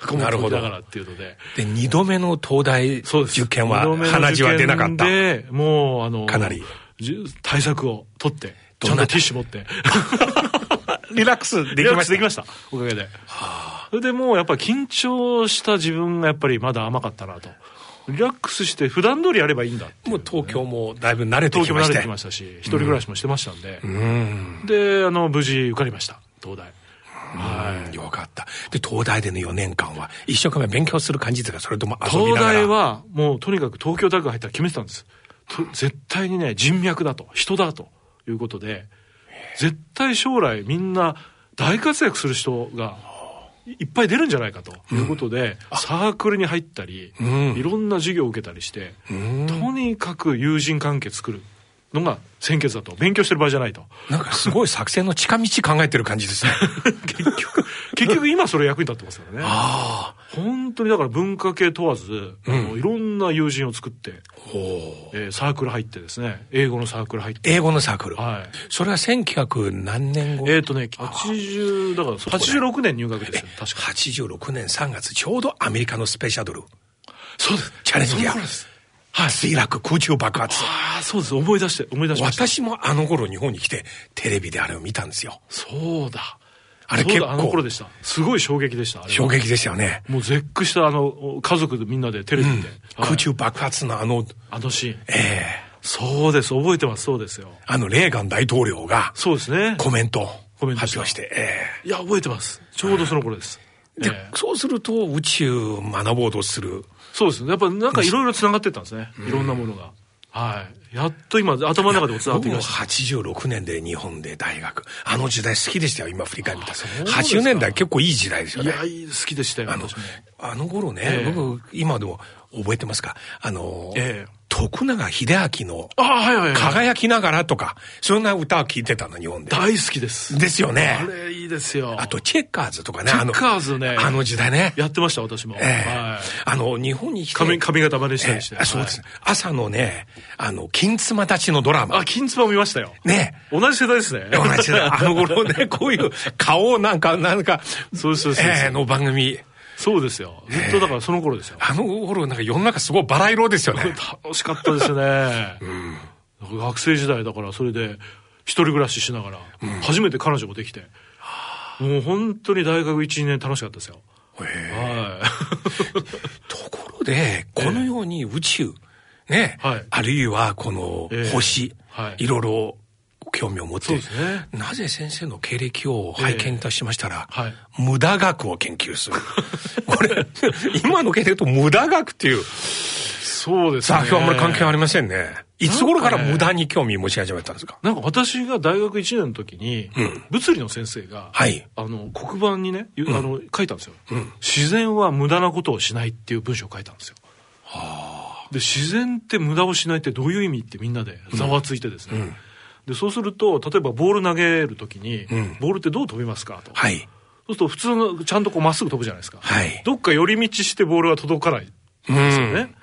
Speaker 4: 過去問
Speaker 2: なる
Speaker 4: 取
Speaker 2: ほ
Speaker 4: り
Speaker 2: ど
Speaker 4: ながらっていうので。
Speaker 2: で、二度目の東大
Speaker 4: そうです。
Speaker 2: 受験
Speaker 4: 二
Speaker 2: は
Speaker 4: 度目の、受験
Speaker 2: 鼻血は出なかった。
Speaker 4: で、もう、あの、
Speaker 2: かなり
Speaker 4: じゅ。対策を取って、ち
Speaker 2: ど
Speaker 4: ゃ
Speaker 2: ん
Speaker 4: んと
Speaker 2: な
Speaker 4: ティッシュ持って。
Speaker 2: リラックスで
Speaker 4: リ
Speaker 2: き
Speaker 4: ラッ
Speaker 2: ま
Speaker 4: ク
Speaker 2: し
Speaker 4: ス
Speaker 2: た。
Speaker 4: できました。おかげで。それでもうやっぱり緊張した自分がやっぱりまだ甘かったなと。リラックスして普段通りやればいいんだってい
Speaker 2: も
Speaker 4: う
Speaker 2: う東京もだいぶ慣れて
Speaker 4: 東
Speaker 2: き
Speaker 4: 京も
Speaker 2: ま
Speaker 4: 慣
Speaker 2: し
Speaker 4: れ
Speaker 2: て。
Speaker 4: てきましたし、一人暮らしもしてましたんで。
Speaker 2: うん。
Speaker 4: で、あの、無事受かりました。東大。はい。
Speaker 2: よかった。で、東大での4年間は、一生懸命勉強する感じですかそれとも遊び
Speaker 4: 東
Speaker 2: ながら
Speaker 4: 大はもうとにかく東京大学入ったら決めてたんです。と絶対にね、人脈だと、人だということで、絶対将来みんな大活躍する人がいっぱい出るんじゃないかということで、サークルに入ったり、
Speaker 2: ん
Speaker 4: いろんな授業を受けたりして、
Speaker 2: うん
Speaker 4: とにかく友人関係作るのが先決だと。勉強してる場合じゃな いと。
Speaker 2: なんかすごい作戦の近道考えてる感じです ね。
Speaker 4: 結局、結局今それ役に立ってますからね。
Speaker 2: ああ。
Speaker 4: 本当にだから文化系問わず、あのいろんな友人を作って、
Speaker 2: おー
Speaker 4: えーサークル入ってですね、英語のサークル入って。
Speaker 2: 英語のサークル。
Speaker 4: はい。
Speaker 2: それは1900何年後
Speaker 4: えっ、とね、80、だから86年入学ですよ、確か。
Speaker 2: 86年3月、ちょうどアメリカのスペシャドル、
Speaker 4: そうです。
Speaker 2: チャレンジャ
Speaker 4: その頃で
Speaker 2: ー
Speaker 4: す。、
Speaker 2: はい、墜落、空中爆発。
Speaker 4: ああ、そうです。思い出して、思い出しました。
Speaker 2: 私もあの頃日本に来て、テレビであれを見たんですよ。
Speaker 4: そうだ。
Speaker 2: あれ
Speaker 4: そうだ
Speaker 2: 結構
Speaker 4: あの頃でした。すごい衝撃でした。あれは
Speaker 2: 衝撃でしたよね。
Speaker 4: もう絶句した、あの、家族でみんなでテレビで。はい
Speaker 2: 空中爆発のあの、
Speaker 4: あのシーン。
Speaker 2: ええ
Speaker 4: そうです。覚えてます。そうですよ。
Speaker 2: あのレーガン大統領が
Speaker 4: そうですね。
Speaker 2: コメント
Speaker 4: コメントし
Speaker 2: 発
Speaker 4: た
Speaker 2: 表して、え
Speaker 4: いや、覚えてます。ちょうどその頃です。
Speaker 2: えで、
Speaker 4: ええ
Speaker 2: そうすると宇宙を学ぼうとする。
Speaker 4: そうですね。やっぱなんかいろいろ繋がってったんですね。いろんなものが。はい。やっと今、頭の中でも繋がっ
Speaker 2: 僕
Speaker 4: てき
Speaker 2: も
Speaker 4: ました。
Speaker 2: 86年で日本で大学。あの時代好きでしたよ、今振り返ったら。
Speaker 4: うですか
Speaker 2: 80年代結構いい時代ですよ
Speaker 4: い
Speaker 2: ね
Speaker 4: や、。いい好きでしたよ、
Speaker 2: あの
Speaker 4: 私も。、
Speaker 2: あの頃ね、
Speaker 4: ええ
Speaker 2: 僕、今でも覚えてますかあの、
Speaker 4: ええ
Speaker 2: 徳永秀明の
Speaker 4: ああ、はいはいはい。
Speaker 2: 輝きながらとか、そんな歌を聴いてたの、日本で。
Speaker 4: 大好きです。
Speaker 2: ですよね
Speaker 4: あ。れ、いいですよ。
Speaker 2: あと、チェッカーズとかね。
Speaker 4: チェッカーズね
Speaker 2: あのあの時代ね。
Speaker 4: やってました、私も。
Speaker 2: ええ
Speaker 4: はい。
Speaker 2: あの、日本に来て。
Speaker 4: 髪、髪型真似したりして。
Speaker 2: ええあそうです、
Speaker 4: はい。
Speaker 2: 朝のね、あの、金妻たちのドラマ
Speaker 4: あ、。金妻見ましたよ。
Speaker 2: ね。
Speaker 4: 同じ世代ですね。
Speaker 2: 同じだ。あの頃ね、こういう顔をなんか、なんか、
Speaker 4: そうですそうですそうです
Speaker 2: ええの番組。
Speaker 4: そうですよ。ずっとだからその頃ですよ。
Speaker 2: あの頃、なんか世の中すごいバラ色ですよね。
Speaker 4: 楽しかったですね。学生時代だから、それで、一人暮らししながら、初めて彼女もできて、もう本当に大学1、2年楽しかったですよ。は
Speaker 2: ところで、このように宇宙、ね、
Speaker 4: はい
Speaker 2: あるいはこの
Speaker 4: ええ
Speaker 2: 星、
Speaker 4: はい
Speaker 2: い、ろいろ興味を持って、
Speaker 4: そうですね
Speaker 2: なぜ先生の経歴を拝見いたしましたら、
Speaker 4: えはい
Speaker 2: 無駄学を研究する。 これ、今の経歴と無駄学っていう、
Speaker 4: い。 そうですね。
Speaker 2: 作業あんまり関係ありませんね。いつ頃から無駄に興味持ち始めたんですか
Speaker 4: なんか私が大学1年の時に、物理の先生が、
Speaker 2: はい
Speaker 4: あの、黒板にね、ゆあの、書いたんですよ、自然は無駄なことをしないっていう文章を書いたんですよ。で、自然って無駄をしないってどういう意味ってみんなでざわついてですね。で、そうすると、例えばボール投げる時に、
Speaker 2: ん
Speaker 4: ボールってどう飛びますかと。
Speaker 2: はい。
Speaker 4: そうすると普通の、ちゃんとこうまっすぐ飛ぶじゃないですか。
Speaker 2: はい。
Speaker 4: どっか寄り道してボールは届かない。
Speaker 2: うん。
Speaker 4: ね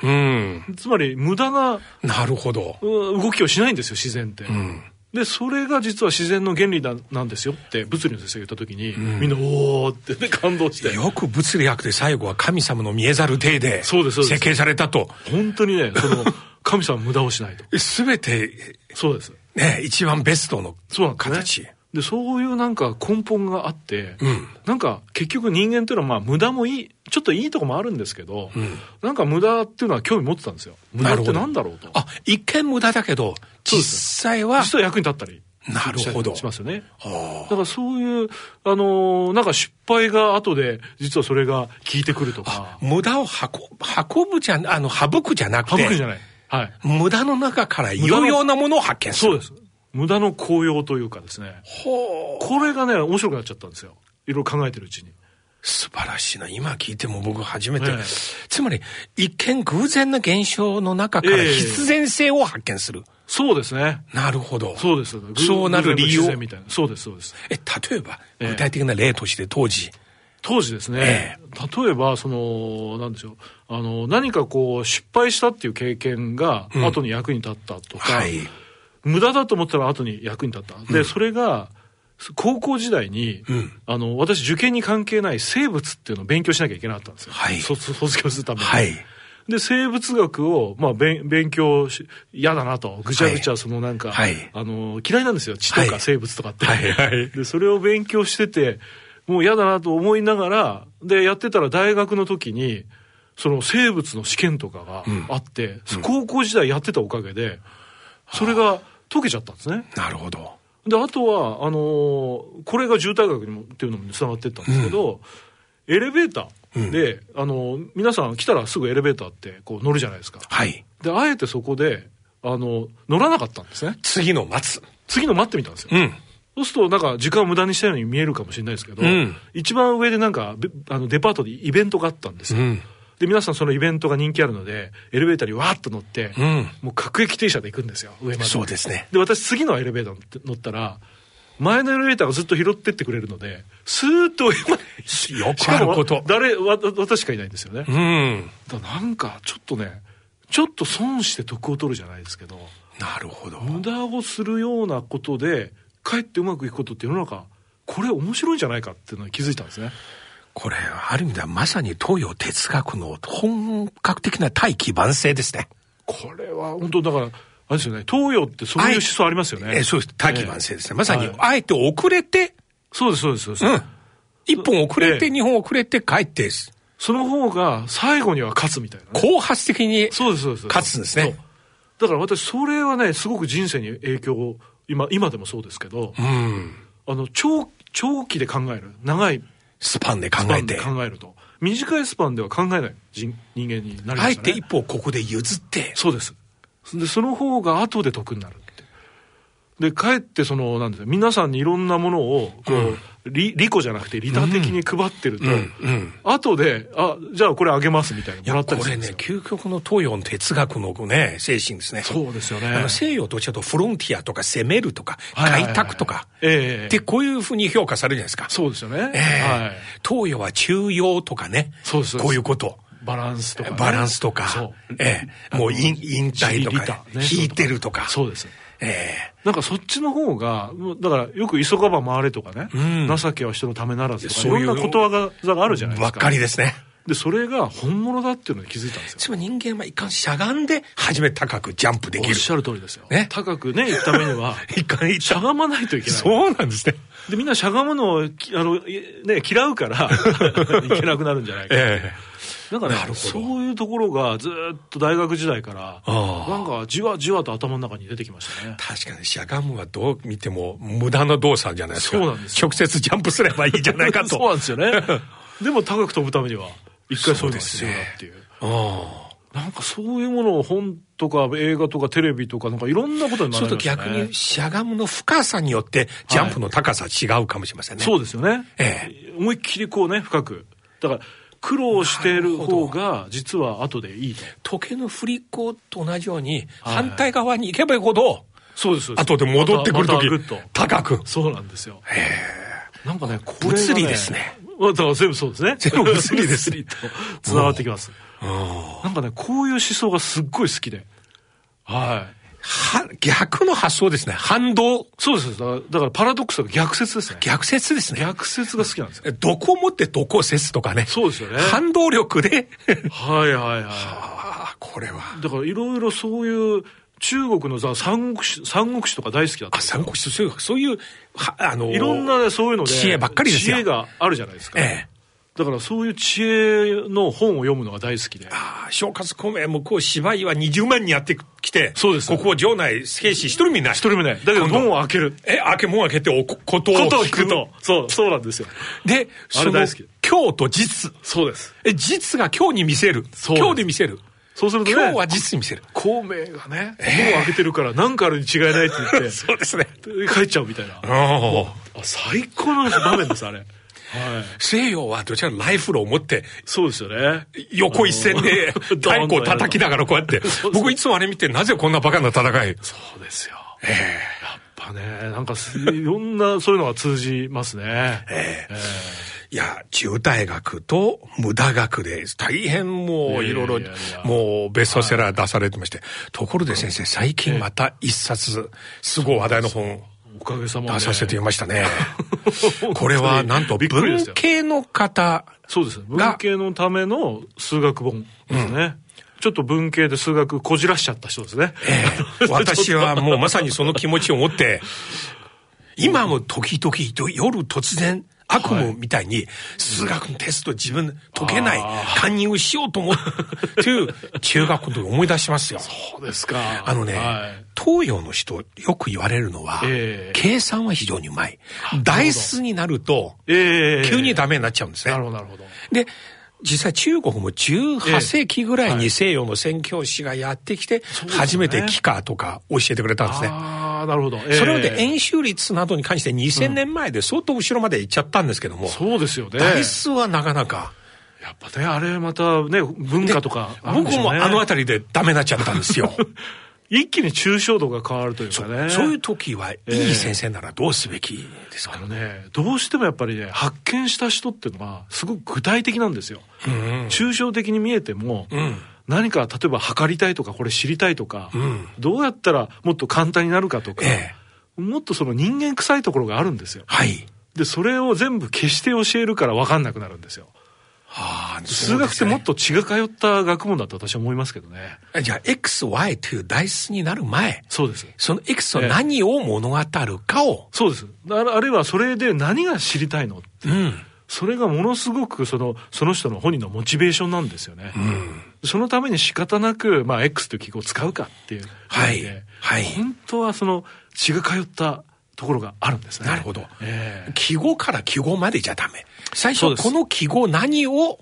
Speaker 2: うん。
Speaker 4: つまり無駄な
Speaker 2: なるほど。
Speaker 4: うん動きをしないんですよ、自然って。
Speaker 2: うん。
Speaker 4: で、それが実は自然の原理だなんですよって、物理の先生が言ったときに、みんな、おーって、ね、感動して。
Speaker 2: よく物理学で最後は神様の見えざる体で、
Speaker 4: そうですそうです
Speaker 2: 設計されたと。
Speaker 4: 本当に ね、その、神様は無駄をしないと。
Speaker 2: すべて、
Speaker 4: そうです。
Speaker 2: ね、一番ベストの
Speaker 4: そうなんです、ね。
Speaker 2: 形。
Speaker 4: で、そういうなんか根本があって、
Speaker 2: ん
Speaker 4: なんか結局人間っていうのはまあ無駄もいい、ちょっといいとこもあるんですけど、なんか無駄っていうのは興味持ってたんですよ。無駄ってなんだろうと。
Speaker 2: あ、一見無駄だけど、
Speaker 4: そ
Speaker 2: 実
Speaker 4: うです
Speaker 2: 際は、
Speaker 4: 実は役に立ったり。
Speaker 2: なるほど
Speaker 4: しますよね。
Speaker 2: あ
Speaker 4: だからそういう、あのーなんか失敗が後で、実はそれが効いてくるとか。
Speaker 2: 無駄を運ぶ、運ぶじゃ、あの、省くじゃなく
Speaker 4: 省
Speaker 2: て、
Speaker 4: くんじゃない。はい。
Speaker 2: 無駄の中から有用なものを発見する。
Speaker 4: そうです。無駄の効用というかですね。これがね、面白くなっちゃったんですよ。いろいろ考えてるうちに。
Speaker 2: 素晴らしいな。今聞いても僕初めて、
Speaker 4: ええ
Speaker 2: つまり、一見偶然な現象の中から
Speaker 4: ええ
Speaker 2: 必然性を発見する。
Speaker 4: そうですね。
Speaker 2: なるほど。
Speaker 4: そうです。偶
Speaker 2: そうなる理由
Speaker 4: 偶然の自然みたいな。そうです、そうです。
Speaker 2: え、例えば、
Speaker 4: ええ
Speaker 2: 具体的な例として当時、
Speaker 4: 当時ですね、例えば、その、なんでしょう、あの、何かこう、失敗したっていう経験が、後に役に立ったとか、
Speaker 2: はい。
Speaker 4: 無駄だと思ったら後に役に立った。で、それが、高校時代に、
Speaker 2: うん
Speaker 4: あの、私受験に関係ない生物っていうのを勉強しなきゃいけなかったんですよ。
Speaker 2: はい
Speaker 4: 卒卒業するために。
Speaker 2: はい。
Speaker 4: で、生物学を、まあ、勉勉強し、嫌だなと。ぐちゃぐち
Speaker 2: は
Speaker 4: ゃ、そのなんか、
Speaker 2: はい
Speaker 4: あの、嫌いなんですよ。知と
Speaker 2: は
Speaker 4: か
Speaker 2: い
Speaker 4: 生物とかって。
Speaker 2: はいはい
Speaker 4: で、それを勉強してて、もう嫌だなと思いながら、で、やってたら大学の時に、その生物の試験とかがあって、高校時代やってたおかげで、それが解けちゃったんですね。
Speaker 2: なるほど。
Speaker 4: で、あとは、あのーこれが渋滞学にもっていうのもつながってったんですけど、エレベーターで、あのー皆さん来たらすぐエレベーターってこう乗るじゃないですか。
Speaker 2: はい。
Speaker 4: で、あえてそこで、あの乗らなかったんですね。
Speaker 2: 次の松。
Speaker 4: 次の待ってみたんですよ。
Speaker 2: うん。
Speaker 4: そうすると、なんか、時間を無駄にしたように見えるかもしれないですけど、
Speaker 2: うん
Speaker 4: 一番上でなんか、べあのデパートでイベントがあったんです
Speaker 2: う
Speaker 4: よ。
Speaker 2: ん。
Speaker 4: で、皆さんそのイベントが人気あるので、エレベーターにわーっと乗って、
Speaker 2: うん
Speaker 4: もう各駅停車で行くんですよ、上まで。
Speaker 2: そうですね。
Speaker 4: で、私、次のエレベーターに乗ったら、前のエレベーターがずっと拾ってってくれるので、スーッと上まで行って
Speaker 2: よくあること
Speaker 4: しかも誰、わ私しかいないんですよね。
Speaker 2: うん。
Speaker 4: だからなんか、ちょっとね、ちょっと損して得を取るじゃないですけど、
Speaker 2: なるほど。
Speaker 4: 無駄をするようなことでかえってうまくいくことって世の中これ面白いんじゃないかっていうのに気づいたんですね
Speaker 2: これ、ある意味ではまさに東洋哲学の本格的な対基盤性ですね。
Speaker 4: これは本当だからあれですよね東洋ってそういう思想ありますよね、
Speaker 2: えそうです。対基盤性ですね。まさに
Speaker 4: は、い
Speaker 2: あえて遅れて、
Speaker 4: そうですそうですそうです、
Speaker 2: うん。一本遅れ
Speaker 4: え
Speaker 2: て、
Speaker 4: え
Speaker 2: 二本遅れて帰って、
Speaker 4: その方が最後には勝つみたいなね、
Speaker 2: 後発的に
Speaker 4: そうですそうです
Speaker 2: 勝つんですね
Speaker 4: そうだから私それはねすごく人生に影響を今今でもそうですけど、
Speaker 2: うん、
Speaker 4: あの長長期で考える長い
Speaker 2: スパンで考
Speaker 4: スパ
Speaker 2: え
Speaker 4: ンで
Speaker 2: て、
Speaker 4: 考えると短いスパンでは考えない人人間になりま
Speaker 2: あえ
Speaker 4: したね
Speaker 2: て一歩ここで譲って、
Speaker 4: そうです。で、その方が後で得になるって。で、かえってその、なんですか皆さんにいろんなものを、こう、利利己じゃなくて利他的に配ってると、
Speaker 2: うん
Speaker 4: 後で、あ、じゃあこれあげますみた
Speaker 2: い
Speaker 4: いな、もら
Speaker 2: や、
Speaker 4: ったり
Speaker 2: こ
Speaker 4: する
Speaker 2: れ
Speaker 4: んで
Speaker 2: ね
Speaker 4: すよ。、
Speaker 2: 究極の東洋の哲学のね、精神ですね。
Speaker 4: そうですよね。
Speaker 2: あの西洋とちょっとフロンティアとか攻めるとか、
Speaker 4: はいはいはい
Speaker 2: 開拓とか、
Speaker 4: ええ
Speaker 2: で、こういうふうに評価されるじゃないですか。
Speaker 4: そうですよね。
Speaker 2: ええ
Speaker 4: はい。
Speaker 2: 東洋は中庸とかね、
Speaker 4: そうですそうです
Speaker 2: こういうこと。
Speaker 4: バランスとかね、
Speaker 2: バランスとか
Speaker 4: そう。、
Speaker 2: ええ、もう引引退と
Speaker 4: リタ
Speaker 2: か、
Speaker 4: ね
Speaker 2: 引いてるとか、
Speaker 4: そうです。
Speaker 2: ええ
Speaker 4: なんかそっちの方が、もうだからよく急がば回れとかね、
Speaker 2: うん
Speaker 4: 情けは人のためならずとか、
Speaker 2: そういう
Speaker 4: いろんなことわざがあるじゃないで
Speaker 2: ば
Speaker 4: す
Speaker 2: っ
Speaker 4: か。
Speaker 2: かりですね。
Speaker 4: で、それが本物だっていうのに気づいたんですよ。
Speaker 2: つまり人間はいかんしゃがんで、初め高くジャンプでき
Speaker 4: おっ
Speaker 2: る。
Speaker 4: しゃる通りですよ。
Speaker 2: ね
Speaker 4: 高くね、行くために は、
Speaker 2: いかん
Speaker 4: しゃがまないといけない。
Speaker 2: そうなんですね。
Speaker 4: で、みんなしゃがむのを、きあの、いね、嫌う から、いけなくなるんじゃないか。
Speaker 2: え
Speaker 4: なんか
Speaker 2: なるほ
Speaker 4: ね、
Speaker 2: ど
Speaker 4: そういうところがずっと大学時代から、
Speaker 2: ああ
Speaker 4: なんかじわじわと頭の中に出てきましたね。
Speaker 2: 確かにしゃがむはどう見ても無駄な動作じゃないですか。
Speaker 4: そうなんですよ
Speaker 2: 直接ジャンプすればいいじゃ ないかと。
Speaker 4: そうなんです よね。でも高く飛ぶためには、一回そういうのが必要だっていう。
Speaker 2: ああ
Speaker 4: なんかそういうものを本とか映画とかテレビとかなんかいろんなことに
Speaker 2: ち
Speaker 4: 学
Speaker 2: ょ
Speaker 4: び
Speaker 2: っ
Speaker 4: ま
Speaker 2: と
Speaker 4: したね。
Speaker 2: 逆にしゃがむの深さによってジャンプの高さ違うかもしれませんね。
Speaker 4: そうですよね、
Speaker 2: え
Speaker 4: 思いっきりこうね深くだから苦労している方が実は後でいいと
Speaker 2: 時計の振り子と同じように
Speaker 4: はい
Speaker 2: 反対側に行けば行くほど、
Speaker 4: そうですそうです
Speaker 2: 後で戻ってくる
Speaker 4: またまたぐ
Speaker 2: 時
Speaker 4: っと
Speaker 2: 高く。
Speaker 4: そうなんですよなんかねこれが
Speaker 2: 物理ですね
Speaker 4: まあだから全部そうですね
Speaker 2: 全部物理です
Speaker 4: 物理とつながってきますなんかねこういう思想がすっごい好きではい
Speaker 2: は逆の発想ですね。反動。
Speaker 4: そうですそうですだからだからパラドックスとか逆説ですね
Speaker 2: 逆説ですね。
Speaker 4: 逆説が好きなんですよ
Speaker 2: どこを持ってどこを説とかね。
Speaker 4: そうですよね
Speaker 2: 反動力で。
Speaker 4: はいはい
Speaker 2: あ
Speaker 4: は
Speaker 2: あ、これは。
Speaker 4: いだからいろいろそういう中国のさ三国志三国志とか大好きだったん
Speaker 2: あ、
Speaker 4: ですよ
Speaker 2: 三国志、そういう、そういう、はあのー、
Speaker 4: いろんなね、そういうので、
Speaker 2: 知恵ばっかりですよ
Speaker 4: 知恵があるじゃないですか。
Speaker 2: ええ。
Speaker 4: だからそういう知恵の本を読むのが大好きで。
Speaker 2: ああ、正月孔明、向こう芝居は20万人やってきて、
Speaker 4: そうです
Speaker 2: ここを城内、兵士一人もいない。
Speaker 4: 一人目ね。だけど
Speaker 2: 今度
Speaker 4: 本を開ける。
Speaker 2: え、開け門開けて、おこ、ことを
Speaker 4: こ
Speaker 2: 聞く。
Speaker 4: とを聞くと。そう、そうなんですよ。
Speaker 2: で、
Speaker 4: あ
Speaker 2: そ
Speaker 4: れ
Speaker 2: の
Speaker 4: 大好き、
Speaker 2: 今日と実。
Speaker 4: そうです。
Speaker 2: え、実が今日に見せる。
Speaker 4: そうです
Speaker 2: 今日で見せる。
Speaker 4: そうするとね、
Speaker 2: 今日は実に見せる。
Speaker 4: 孔明がね、本を開けてるから何かあるに違いないって言 って、
Speaker 2: そうですね。
Speaker 4: 帰っちゃうみたいな。あ
Speaker 2: ああ。
Speaker 4: 最高の場面です、あれ。はい。
Speaker 2: 西洋はどちらもライフルを持って、
Speaker 4: そうですよね。
Speaker 2: 横一線 で
Speaker 4: あのー
Speaker 2: 太鼓を叩きながらこうやって
Speaker 4: そうそう。
Speaker 2: 僕いつもあれ見て、なぜこんなバカな戦い。
Speaker 4: そうですよ。
Speaker 2: え
Speaker 4: やっぱね、なんかすいろんなそういうのが通じますね。
Speaker 2: えええいや、中大学と無駄学で、大変もういろいろ
Speaker 4: いやいやいや、
Speaker 2: もうベストセラー出されてまして、ところで先生、最近また一冊、すごい話題の本、
Speaker 4: おかげさま
Speaker 2: 出
Speaker 4: で
Speaker 2: させてみました ね。これはなんと
Speaker 4: びっくりで
Speaker 2: 文
Speaker 4: したよ
Speaker 2: 系の方、
Speaker 4: そうです文系のための数学本ですね、ちょっと文系で数学こじらしちゃった人ですね、
Speaker 2: ええ私はもうまさにその気持ちを持って、今も時々と夜突然悪夢みたいに数学のテスト自分解けない
Speaker 4: あ
Speaker 2: カンニングしようと思うという中学校の時思い出しますよ。
Speaker 4: そうですか
Speaker 2: あのね、
Speaker 4: はい
Speaker 2: 東洋の人よく言われるのは、
Speaker 4: ええ
Speaker 2: 計算は非常にうまい。ダイスになると
Speaker 4: ええ
Speaker 2: 急にダメになっちゃうんですね。
Speaker 4: なるほどなるほど
Speaker 2: で、実際中国も18世紀ぐらい
Speaker 4: ええ
Speaker 2: に西洋の宣教師がやってきて
Speaker 4: うで、すね
Speaker 2: 初めて幾何とか教えてくれたんですね。
Speaker 4: ああなるほど、ええ
Speaker 2: それまで円周率などに関して2000年前で相当後ろまで行っちゃったんですけども、
Speaker 4: そうですよね
Speaker 2: 台数はなかなか。
Speaker 4: やっぱねあれまたね文
Speaker 2: で
Speaker 4: 化とかあるんで
Speaker 2: 僕
Speaker 4: しょうね
Speaker 2: もあの辺りでダメになっちゃったんです よ。
Speaker 4: 一気に抽象度が変わるというかね
Speaker 2: そういう時はいい先生ならどうすべきですか
Speaker 4: あのね、どうしてもやっぱりね、発見した人っていうのは、すごく具体的なんですよ。
Speaker 2: うん
Speaker 4: 抽象的に見えても、
Speaker 2: うん
Speaker 4: 何か例えば測りたいとか、これ知りたいとか、
Speaker 2: ん
Speaker 4: どうやったらもっと簡単になるかとか、
Speaker 2: え
Speaker 4: もっとその人間臭いところがあるんですよ。
Speaker 2: はい。
Speaker 4: で、それを全部消して教えるから分かんなくなるんですよ。
Speaker 2: ああ
Speaker 4: 数学ってもっと血が通った学問だと私は思いますけどね。
Speaker 2: と。じゃあ、XY という台数になる前、
Speaker 4: そうです。
Speaker 2: その X は何を物語るかを、
Speaker 4: そうです。あるあるいはそれで何が知りたいのっていう
Speaker 2: うん。
Speaker 4: それがものすごくそのその人の本人のモチベーションなんですよね。そのために仕方なく、まあ、X という記号を使うかっていう、
Speaker 2: はい
Speaker 4: で
Speaker 2: はい
Speaker 4: 本当はその血が通ったところがあるんですね。
Speaker 2: なるほど
Speaker 4: ええ
Speaker 2: 記号から記号までじゃダメ。最
Speaker 4: そう
Speaker 2: 初、
Speaker 4: です
Speaker 2: この記号何を、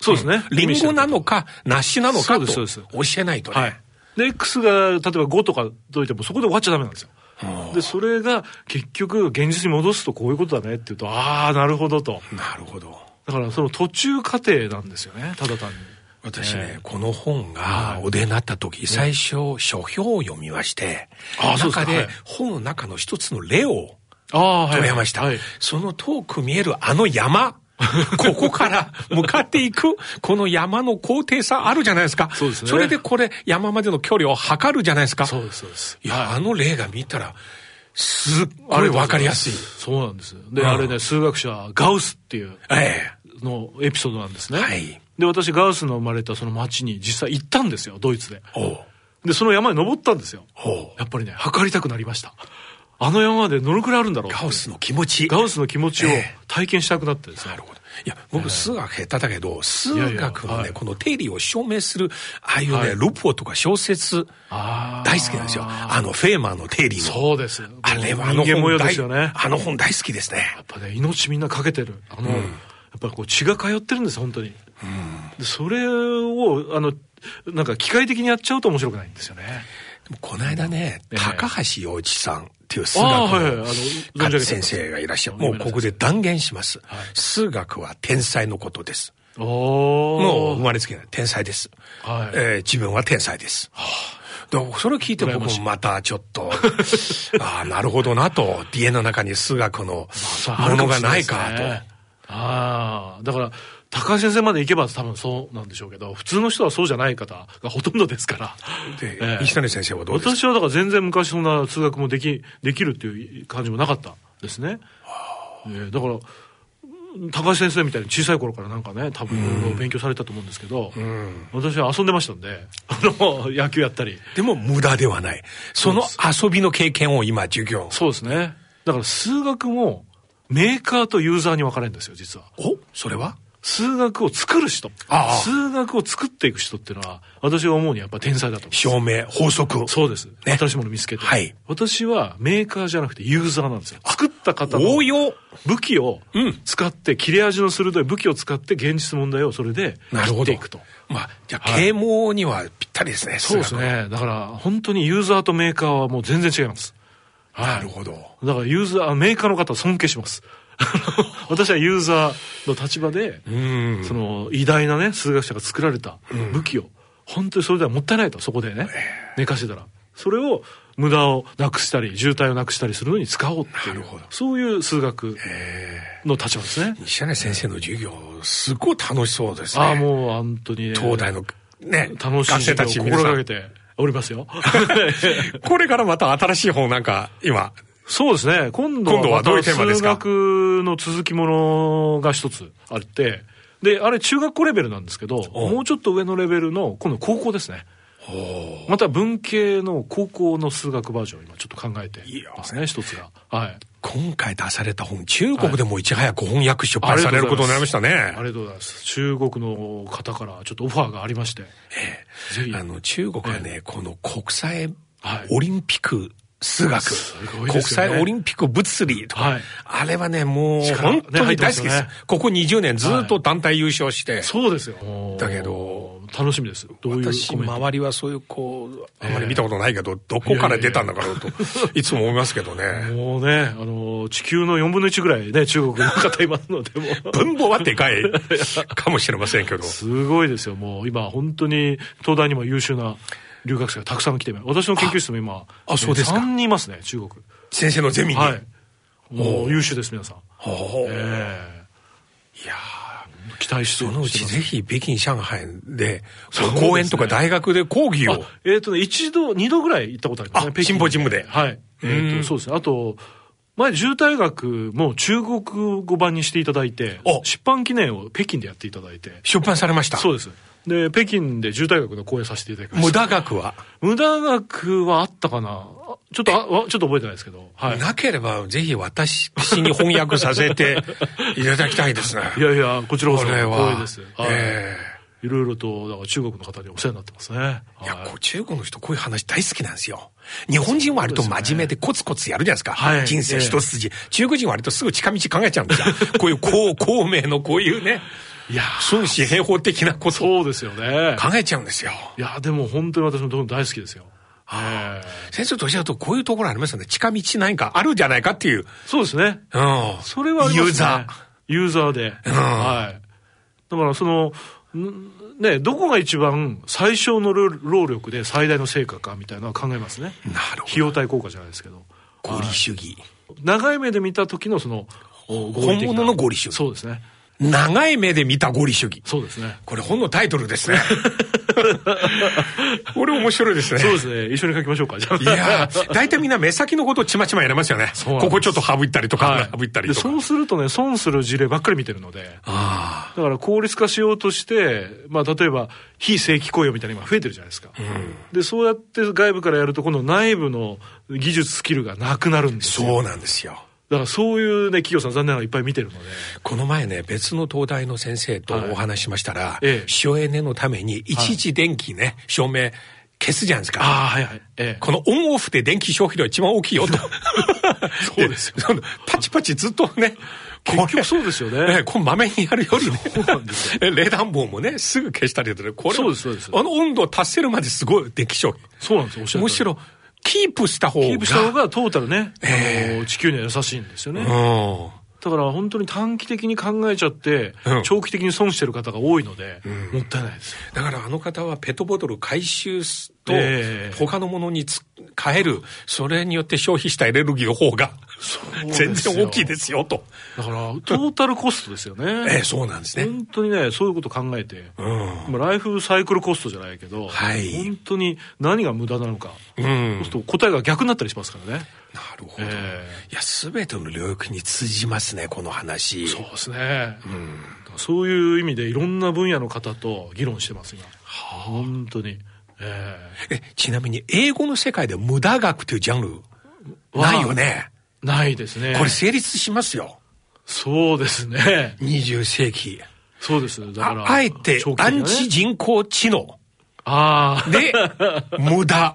Speaker 4: そうですね。
Speaker 2: リンゴなのか、梨なのか
Speaker 4: そう
Speaker 2: と
Speaker 4: ですそう
Speaker 2: 教
Speaker 4: です
Speaker 2: えないとね。
Speaker 4: はい。で、X が例えば5とか解いてもそこで終わっちゃダメなんですよ。で、それが結局現実に戻すとこういうことだねっていうと、ああ、なるほどと。
Speaker 2: なるほど。
Speaker 4: だからその途中過程なんですよね、ただ単に。
Speaker 2: 私ね、この本がお出になった時、最初、書評を読みまして、
Speaker 4: あそ
Speaker 2: 中
Speaker 4: うですかは
Speaker 2: で
Speaker 4: い
Speaker 2: 本の中の一つの例を
Speaker 4: ああ、は
Speaker 2: 止めました。
Speaker 4: はい
Speaker 2: その遠く見えるあの 山。ここから向かっていく、この山の高低差あるじゃないですか。
Speaker 4: そうですね
Speaker 2: れでこれ、山までの距離を測るじゃないですか。
Speaker 4: そうです、そうです。
Speaker 2: いや、あの例が見たら、すっごいわかりやすい。
Speaker 4: そうなんです。で、
Speaker 2: うん
Speaker 4: あれね、数学者、ガウスっていう
Speaker 2: え
Speaker 4: のエピソードなんですね。
Speaker 2: はい
Speaker 4: で、私、ガウスの生まれたその町に実際行ったんですよ、ドイツで。
Speaker 2: え。おう
Speaker 4: で、その山に登ったんですよ。
Speaker 2: ほう
Speaker 4: やっぱりね、測りたくなりました。あの山までどのくらいあるんだろうって
Speaker 2: ガウスの気持ち。
Speaker 4: ガウスの気持ちを
Speaker 2: ええ
Speaker 4: 体験したくなってですね。
Speaker 2: なるほど。いや、僕、数学下手だけど、数
Speaker 4: いやいや
Speaker 2: 学の
Speaker 4: は
Speaker 2: ね、
Speaker 4: い
Speaker 2: この定理を証明する、ああいう
Speaker 4: は
Speaker 2: ね、
Speaker 4: い
Speaker 2: ルポとか小説、
Speaker 4: あー
Speaker 2: 大好きなんですよ。あの、フェーマーの定理の。
Speaker 4: そうです。
Speaker 2: あれはあ
Speaker 4: 人
Speaker 2: の
Speaker 4: 間模
Speaker 2: 本
Speaker 4: 様で
Speaker 2: 大
Speaker 4: すよね。
Speaker 2: あの本大好きですね。
Speaker 4: やっぱね、命みんなかけてる。あの、やっぱりこう血が通ってるんです、本当に。でそれを、あの、なんか機械的にやっちゃうと面白くないんですよね。
Speaker 2: でもこの間ね、
Speaker 4: ええ
Speaker 2: 高橋洋一さんっていう数学
Speaker 4: ああー、はいはい。あ
Speaker 2: の
Speaker 4: の、存じ上げてます
Speaker 2: 先生がいらっしゃる。もうここで断言します。数学は天才のことです。
Speaker 4: おー
Speaker 2: もう生まれつきない天才です。
Speaker 4: はい
Speaker 2: えー自分は天才です。だからそれを聞いて僕もまたちょっと、 ああ、なるほどなと、家の中に数学の
Speaker 4: そうあ
Speaker 2: も
Speaker 4: る
Speaker 2: の
Speaker 4: も
Speaker 2: が
Speaker 4: しれ
Speaker 2: な
Speaker 4: で
Speaker 2: い
Speaker 4: すね
Speaker 2: かと。
Speaker 4: ああ、だから、高橋先生まで行けば多分そうなんでしょうけど、普通の人はそうじゃない方がほとんどですから。
Speaker 2: で、
Speaker 4: ええ
Speaker 2: 西谷先生はどうですか
Speaker 4: 私はだから全然昔そんな通学もでき、できるっていう感じもなかったですね。えーだから、高橋先生みたいに小さい頃からなんかね、多分いろいろ勉強されたと思うんですけど、私は遊んでましたんで、 あの、野球やったり。
Speaker 2: でも無駄ではない。その遊びの経験を今、授業。
Speaker 4: そうですね。だから数学もメーカーとユーザーに分かれるんですよ、実は。
Speaker 2: おそれは
Speaker 4: 数学を作る人
Speaker 2: ああ
Speaker 4: 数学を作っていく人っていうのは私が思うにやっぱ天才だと思う
Speaker 2: 証明、法則。
Speaker 4: そうです、
Speaker 2: ね
Speaker 4: 新しいもの見つけて、
Speaker 2: はい
Speaker 4: 私はメーカーじゃなくてユーザーなんですよ作った方の
Speaker 2: 応用。
Speaker 4: 武器を
Speaker 2: うん
Speaker 4: 使って、切れ味の鋭い武器を使って現実問題をそれで
Speaker 2: なる
Speaker 4: 切
Speaker 2: ほ
Speaker 4: って
Speaker 2: ど
Speaker 4: いくと。
Speaker 2: まあ、じゃあ、
Speaker 4: はい
Speaker 2: 啓蒙にはぴったりですね、
Speaker 4: そうです
Speaker 2: 数学。
Speaker 4: ねだから本当にユーザーとメーカーはもう全然違います
Speaker 2: なるほど。
Speaker 4: だからユーザーメーカーの方を尊敬します 私はユーザーの立場で、
Speaker 2: うん。
Speaker 4: その偉大なね数学者が作られた武器を、本当にそれではもったいないとそこでね寝かしてたらそれを無駄をなくしたり渋滞をなくしたりするのに使おうっていうそういう数学の立場ですね。
Speaker 2: 西柳先生の授業、すごい楽しそうですね。
Speaker 4: ああもう本当に、ね、
Speaker 2: 東大のね、
Speaker 4: 楽しい
Speaker 2: 学生たち皆
Speaker 4: 心
Speaker 2: さ
Speaker 4: が
Speaker 2: ん
Speaker 4: けております よ。
Speaker 2: これからまた新しい本なんか、今、
Speaker 4: そうですね。今度
Speaker 2: 今度は
Speaker 4: は
Speaker 2: どういうテーマですか
Speaker 4: また数学の続きものが一つあって、で、あれ中学校レベルなんですけど、
Speaker 2: お
Speaker 4: もうちょっと上のレベルの、今度高校ですね。また文系の高校の数学バージョンを今ちょっと考えてますね、一つが。はい。
Speaker 2: 今回出された本、中国でもいち早く翻訳出版されることになりました
Speaker 4: あり
Speaker 2: ね。
Speaker 4: がとうございます。中国の方からちょっとオファーがありまして、ぜひ。
Speaker 2: あの、中国はね、この国際
Speaker 4: はい
Speaker 2: オリンピック数学、
Speaker 4: すごい
Speaker 2: 国
Speaker 4: ですよね
Speaker 2: 際オリンピック物理とか、
Speaker 4: はい
Speaker 2: あれはね、もう
Speaker 4: 力
Speaker 2: 本当
Speaker 4: ね入
Speaker 2: に
Speaker 4: ってま
Speaker 2: 大
Speaker 4: す
Speaker 2: 好き
Speaker 4: よ
Speaker 2: で
Speaker 4: ね
Speaker 2: す。ここ20年ずっと
Speaker 4: は
Speaker 2: 団体優勝して、
Speaker 4: そうですよ。
Speaker 2: だけど、
Speaker 4: 楽しみです。どういう
Speaker 2: 私、
Speaker 4: コメント
Speaker 2: 周りはそういう、こう、あんまり見たことないけど、どこから出たんだろうと、いつも思いますけどね。
Speaker 4: もうね、あの、地球の4分の1ぐらいね、中国の方いますので、も う。
Speaker 2: 文法はで かいかもしれませんけど。
Speaker 4: すごいですよ、もう今、本当に東大にも優秀な留学生がたくさん来てます、私の研究室も今、
Speaker 2: ああそうですか
Speaker 4: 3人いますね、中国。
Speaker 2: 先生のゼミに。
Speaker 4: はい。もう優秀です、皆さん。
Speaker 2: ほう
Speaker 4: ええ
Speaker 2: いや
Speaker 4: 期待し
Speaker 2: ーそ
Speaker 4: て
Speaker 2: のう
Speaker 4: して
Speaker 2: ち
Speaker 4: ます
Speaker 2: ぜひ北京、上海で、
Speaker 4: そうですね
Speaker 2: 講演とか大学で講義を
Speaker 4: あ。えっ、とね、一度、二度ぐらい行ったことありますね
Speaker 2: あ。
Speaker 4: 北京
Speaker 2: シンポジウムで
Speaker 4: はい。えっ、
Speaker 2: うん
Speaker 4: と、そうですね。あと、前、渋滞学も中国語版にしていただいて
Speaker 2: お、
Speaker 4: 出版記念を北京でやっていただいて、
Speaker 2: 出版されました。
Speaker 4: そうです。で、北京で渋滞学の講演させていただきま
Speaker 2: 無
Speaker 4: した。
Speaker 2: 駄学は、
Speaker 4: 無駄学はあったかなあちょっと、あわちょっと覚えてないですけど。はい。
Speaker 2: なければぜひ私に翻訳させ ていただきたいですね。
Speaker 4: いやいや、こちらこ
Speaker 2: こ
Speaker 4: そ
Speaker 2: れ
Speaker 4: 光栄
Speaker 2: は
Speaker 4: です。、はい。
Speaker 2: え
Speaker 4: いろいろと、だから中国の方にお世話になってますね。
Speaker 2: えいや
Speaker 4: は、
Speaker 2: こう中国の人こういう話大好きなんですよ。日本人は割と真面目でコツコツやるじゃないですか。
Speaker 4: はい
Speaker 2: 人生一筋。中国人は割とすぐ近道考えちゃうんですよ。こういう公、公明のこういうね、
Speaker 4: いや
Speaker 2: 孫子平方的なことを
Speaker 4: そうですよね。
Speaker 2: 考えちゃうんですよ。
Speaker 4: いや、でも本当に私もどんどん大好きですよ。ええ
Speaker 2: 先生とおっしゃるとこういうところありますよね。近道なんかあるんじゃないかっていう。
Speaker 4: そうですね。
Speaker 2: うん。
Speaker 4: それはありますね。
Speaker 2: ユーザ
Speaker 4: ユーザーで。はい。だからその、んね、どこが一番最小の労労力で最大の成果かみたいなのは考えますね。
Speaker 2: ー。なる
Speaker 4: 費用対効果じゃないですけど。
Speaker 2: ほど。合理主義。
Speaker 4: 長い目で見た時のその、お合理的な
Speaker 2: 本物の合理主義
Speaker 4: そうですね。
Speaker 2: 長い目で見た合理主義。
Speaker 4: そうですね。
Speaker 2: これ本のタイトルです ね。これ面白いですね。
Speaker 4: そうですね。一緒に書きましょうか、じゃあ。
Speaker 2: いやー、大体みんな目先のことをちまちまやれますよね。
Speaker 4: そうなんです
Speaker 2: ここちょっと省いたりとか、
Speaker 4: はい
Speaker 2: 省いたり
Speaker 4: で
Speaker 2: とか
Speaker 4: そ。うするとね、損する事例ばっかり見てるので。
Speaker 2: あ
Speaker 4: だから効率化しようとして、まあ、例えば非正規雇用みたいなのが増えてるじゃないですか、でそうやって外部からやると、今度、内部の技術、スキルがなくなるん
Speaker 2: ー
Speaker 4: ですよ、
Speaker 2: そうなんですよ。
Speaker 4: だからそういう、ね、企業さん、残念ながらいっぱい見てるので、
Speaker 2: この前ね、別の東大の先生と
Speaker 4: はい
Speaker 2: お話ししましたら、
Speaker 4: ええ
Speaker 2: 省エネのためにいちいち電気ね、照明消すじゃないですか。
Speaker 4: ああ、はいはい、ええ、
Speaker 2: このオンオフで電気消費量一番大きい よと。そうですよ。パチパチずっとね。
Speaker 4: 結局そうですよね
Speaker 2: これええこうまめにやるよりね
Speaker 4: そうなんです。
Speaker 2: ええ冷暖房もね、すぐ消したりとか、これ
Speaker 4: そうですそうです
Speaker 2: あの温度を達せるまですごい電気消費。
Speaker 4: そうなんですよ、おっしゃる
Speaker 2: む
Speaker 4: 通
Speaker 2: し
Speaker 4: り
Speaker 2: ろ、キープした方が。
Speaker 4: キープした方がトータルね、
Speaker 2: え
Speaker 4: あの地球には優しいんですよね、
Speaker 2: うん。
Speaker 4: だから本当に短期的に考えちゃって、
Speaker 2: うん
Speaker 4: 長期的に損してる方が多いので、もったいないです。
Speaker 2: だからあの方はペットボトル回収すと
Speaker 4: ええ、
Speaker 2: 他のものにつ変える、それによって消費したエネルギーの方が、全然大きいですよと。
Speaker 4: だから、トータルコストですよね。
Speaker 2: ええ、そうなんですね。
Speaker 4: 本当にね、そういうこと考えて、
Speaker 2: うん。
Speaker 4: まあライフサイクルコストじゃないけど、
Speaker 2: はい
Speaker 4: 本当に何が無駄なのか、
Speaker 2: うん
Speaker 4: そうすると答えが逆になったりしますからね。
Speaker 2: なるほど。
Speaker 4: え
Speaker 2: いや、すべての領域に通じますね、この話。
Speaker 4: そうですね、そういう意味でいろんな分野の方と議論してます、今。本当に。え
Speaker 2: え、ちなみに、英語の世界で無駄学というジャンル、
Speaker 4: わあ
Speaker 2: ないよね。
Speaker 4: えないですね。
Speaker 2: これ成立しますよ。
Speaker 4: そうですね。
Speaker 2: 20世紀。
Speaker 4: そうです。だか
Speaker 2: あ
Speaker 4: ら。
Speaker 2: あえて
Speaker 4: 長、期
Speaker 2: ア
Speaker 4: 的なね
Speaker 2: ンチ人工知能
Speaker 4: ああ。
Speaker 2: で、無駄。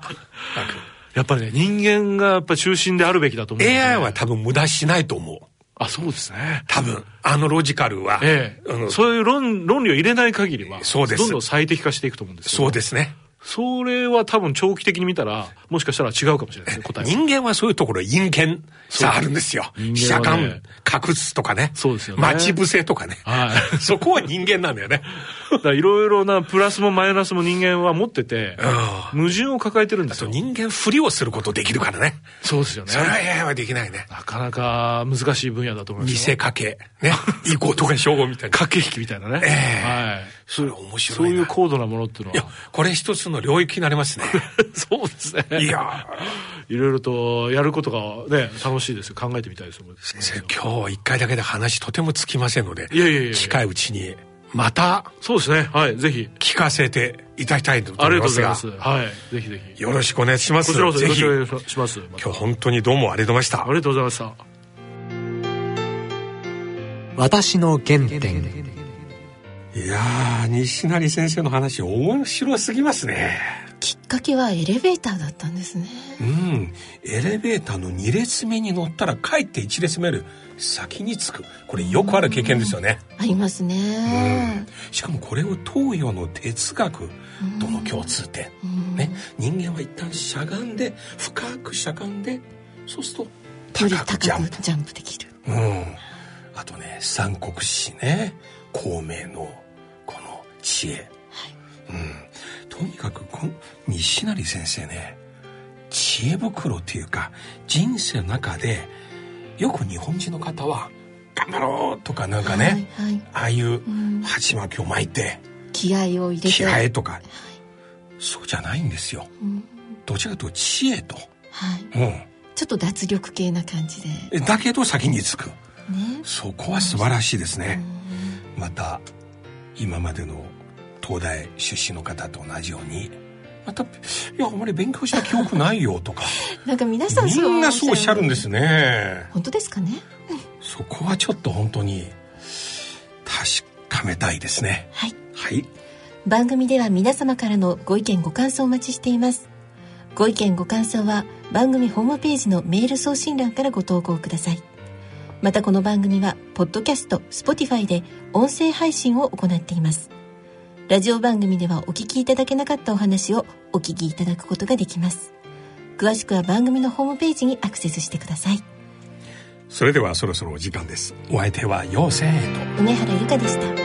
Speaker 4: やっぱりね、人間がやっぱ中心であるべきだと思うので。
Speaker 2: AI は多分無駄しないと思う。
Speaker 4: あ、そうですね。
Speaker 2: 多分、あのロジカルは。
Speaker 4: ええ
Speaker 2: あのそ
Speaker 4: そういう論論理を入れない限りは、
Speaker 2: そうです
Speaker 4: どんどん最適化していくと思うんですよ
Speaker 2: そうですね。
Speaker 4: それは多分長期的に見たら、もしかしたら違うかもしれないですね、答えは。
Speaker 2: 人間はそういうところ、陰険さあるんですよ。
Speaker 4: 人間はね
Speaker 2: 飛車間、隠すとかね。
Speaker 4: そうですよね
Speaker 2: 待ち伏せとかね。
Speaker 4: はい。
Speaker 2: そこは人間なんだよね。
Speaker 4: だからいろいろなプラスもマイナスも人間は持ってて
Speaker 2: うん、
Speaker 4: 矛盾を抱えてるんです
Speaker 2: そう、
Speaker 4: よ。
Speaker 2: 人間ふりをすることできるからね。
Speaker 4: そうですよね
Speaker 2: そ。れは AI はできないね。
Speaker 4: なかなか難しい分野だと思い
Speaker 2: 見
Speaker 4: ますよ。
Speaker 2: せかけ、 ね。移行とか称号みたいな。
Speaker 4: 駆け引きみたいなね。
Speaker 2: ええ
Speaker 4: はい。
Speaker 2: それ面白いな
Speaker 4: そういう高度なものっていうの
Speaker 2: いや
Speaker 4: は。、
Speaker 2: これ一つの領域になりますね。
Speaker 4: そうですね。
Speaker 2: いや
Speaker 4: いろいろとやることがね、楽しいですよ。考えてみたいですもん。
Speaker 2: ー、先生、今日一回だけで話とてもつきませんので、
Speaker 4: いやいやいやいや
Speaker 2: 近いうちに、また
Speaker 4: そうですね。はい。ぜひ。
Speaker 2: 聞かせていただきたいと
Speaker 4: あ
Speaker 2: 思
Speaker 4: り
Speaker 2: い
Speaker 4: がと
Speaker 2: ま
Speaker 4: うご
Speaker 2: す
Speaker 4: ざ
Speaker 2: が
Speaker 4: いま、す。はい。ぜひぜひ。
Speaker 2: よろしくお願いしま
Speaker 4: こ
Speaker 2: す。
Speaker 4: ちらこそ
Speaker 2: ぜ
Speaker 4: よろし
Speaker 2: ひ、
Speaker 4: くお
Speaker 2: 今
Speaker 4: 願いします。また
Speaker 2: 日本当にどうもありがとうございました
Speaker 4: あ。りがとうございました。
Speaker 1: 私の原点
Speaker 2: いやー、西成先生の話、面白すぎますね。
Speaker 3: きっかけはエレベーターだったんですね
Speaker 2: うん。エレベーターの2列目に乗ったら、帰って1列目より先に着く。これよくある経験ですよね。
Speaker 3: ありますね
Speaker 2: しかもこれを東洋の哲学との共通点。
Speaker 3: うん
Speaker 2: ね。人間は一旦しゃがんで、深くしゃがんで、そうすると、
Speaker 3: より
Speaker 2: 高く
Speaker 3: 高く
Speaker 2: ジャンプ。
Speaker 3: ジャンプできる
Speaker 2: うん。あとね、三国志ね、孔明のこの知恵。うん。とにかくこの、西成先生ね、知恵袋っていうか、人生の中で、よく日本人の方は、頑張ろうとかなんかね、
Speaker 3: はいはい
Speaker 2: ああいう
Speaker 3: うん
Speaker 2: 鉢巻きを巻いて、
Speaker 3: 気合を入れて
Speaker 2: 気合とか、そうじゃないんですよ。
Speaker 3: うん
Speaker 2: どちらかというと知恵と。
Speaker 3: はい
Speaker 2: うん。
Speaker 3: ちょっと脱力系な感じでね
Speaker 2: えだけど先に着く。そこは素晴らしいですね。また、今までの東大出身の方と同じように、また、いや、あまり勉強した記憶ないよとか、
Speaker 3: なんか皆さん
Speaker 2: みんな そうおっしゃるんですすね。
Speaker 3: 本当ですかね
Speaker 2: そこはちょっと本当に、確かめたいですね。
Speaker 3: はい
Speaker 2: はい。
Speaker 3: 番組では皆様からのご意見ご感想をお待ちしていますご意見ご感想は番組ホームページのメール送信欄からご投稿くださいまたこの番組はポッドキャスト Spotify で音声配信を行っていますラジオ番組ではお聞きいただけなかったお話をお聞きいただくことができます詳しくは番組のホームページにアクセスしてください
Speaker 2: それではそろそろお時間です。お相手は妖精と。
Speaker 3: 梅原由香でした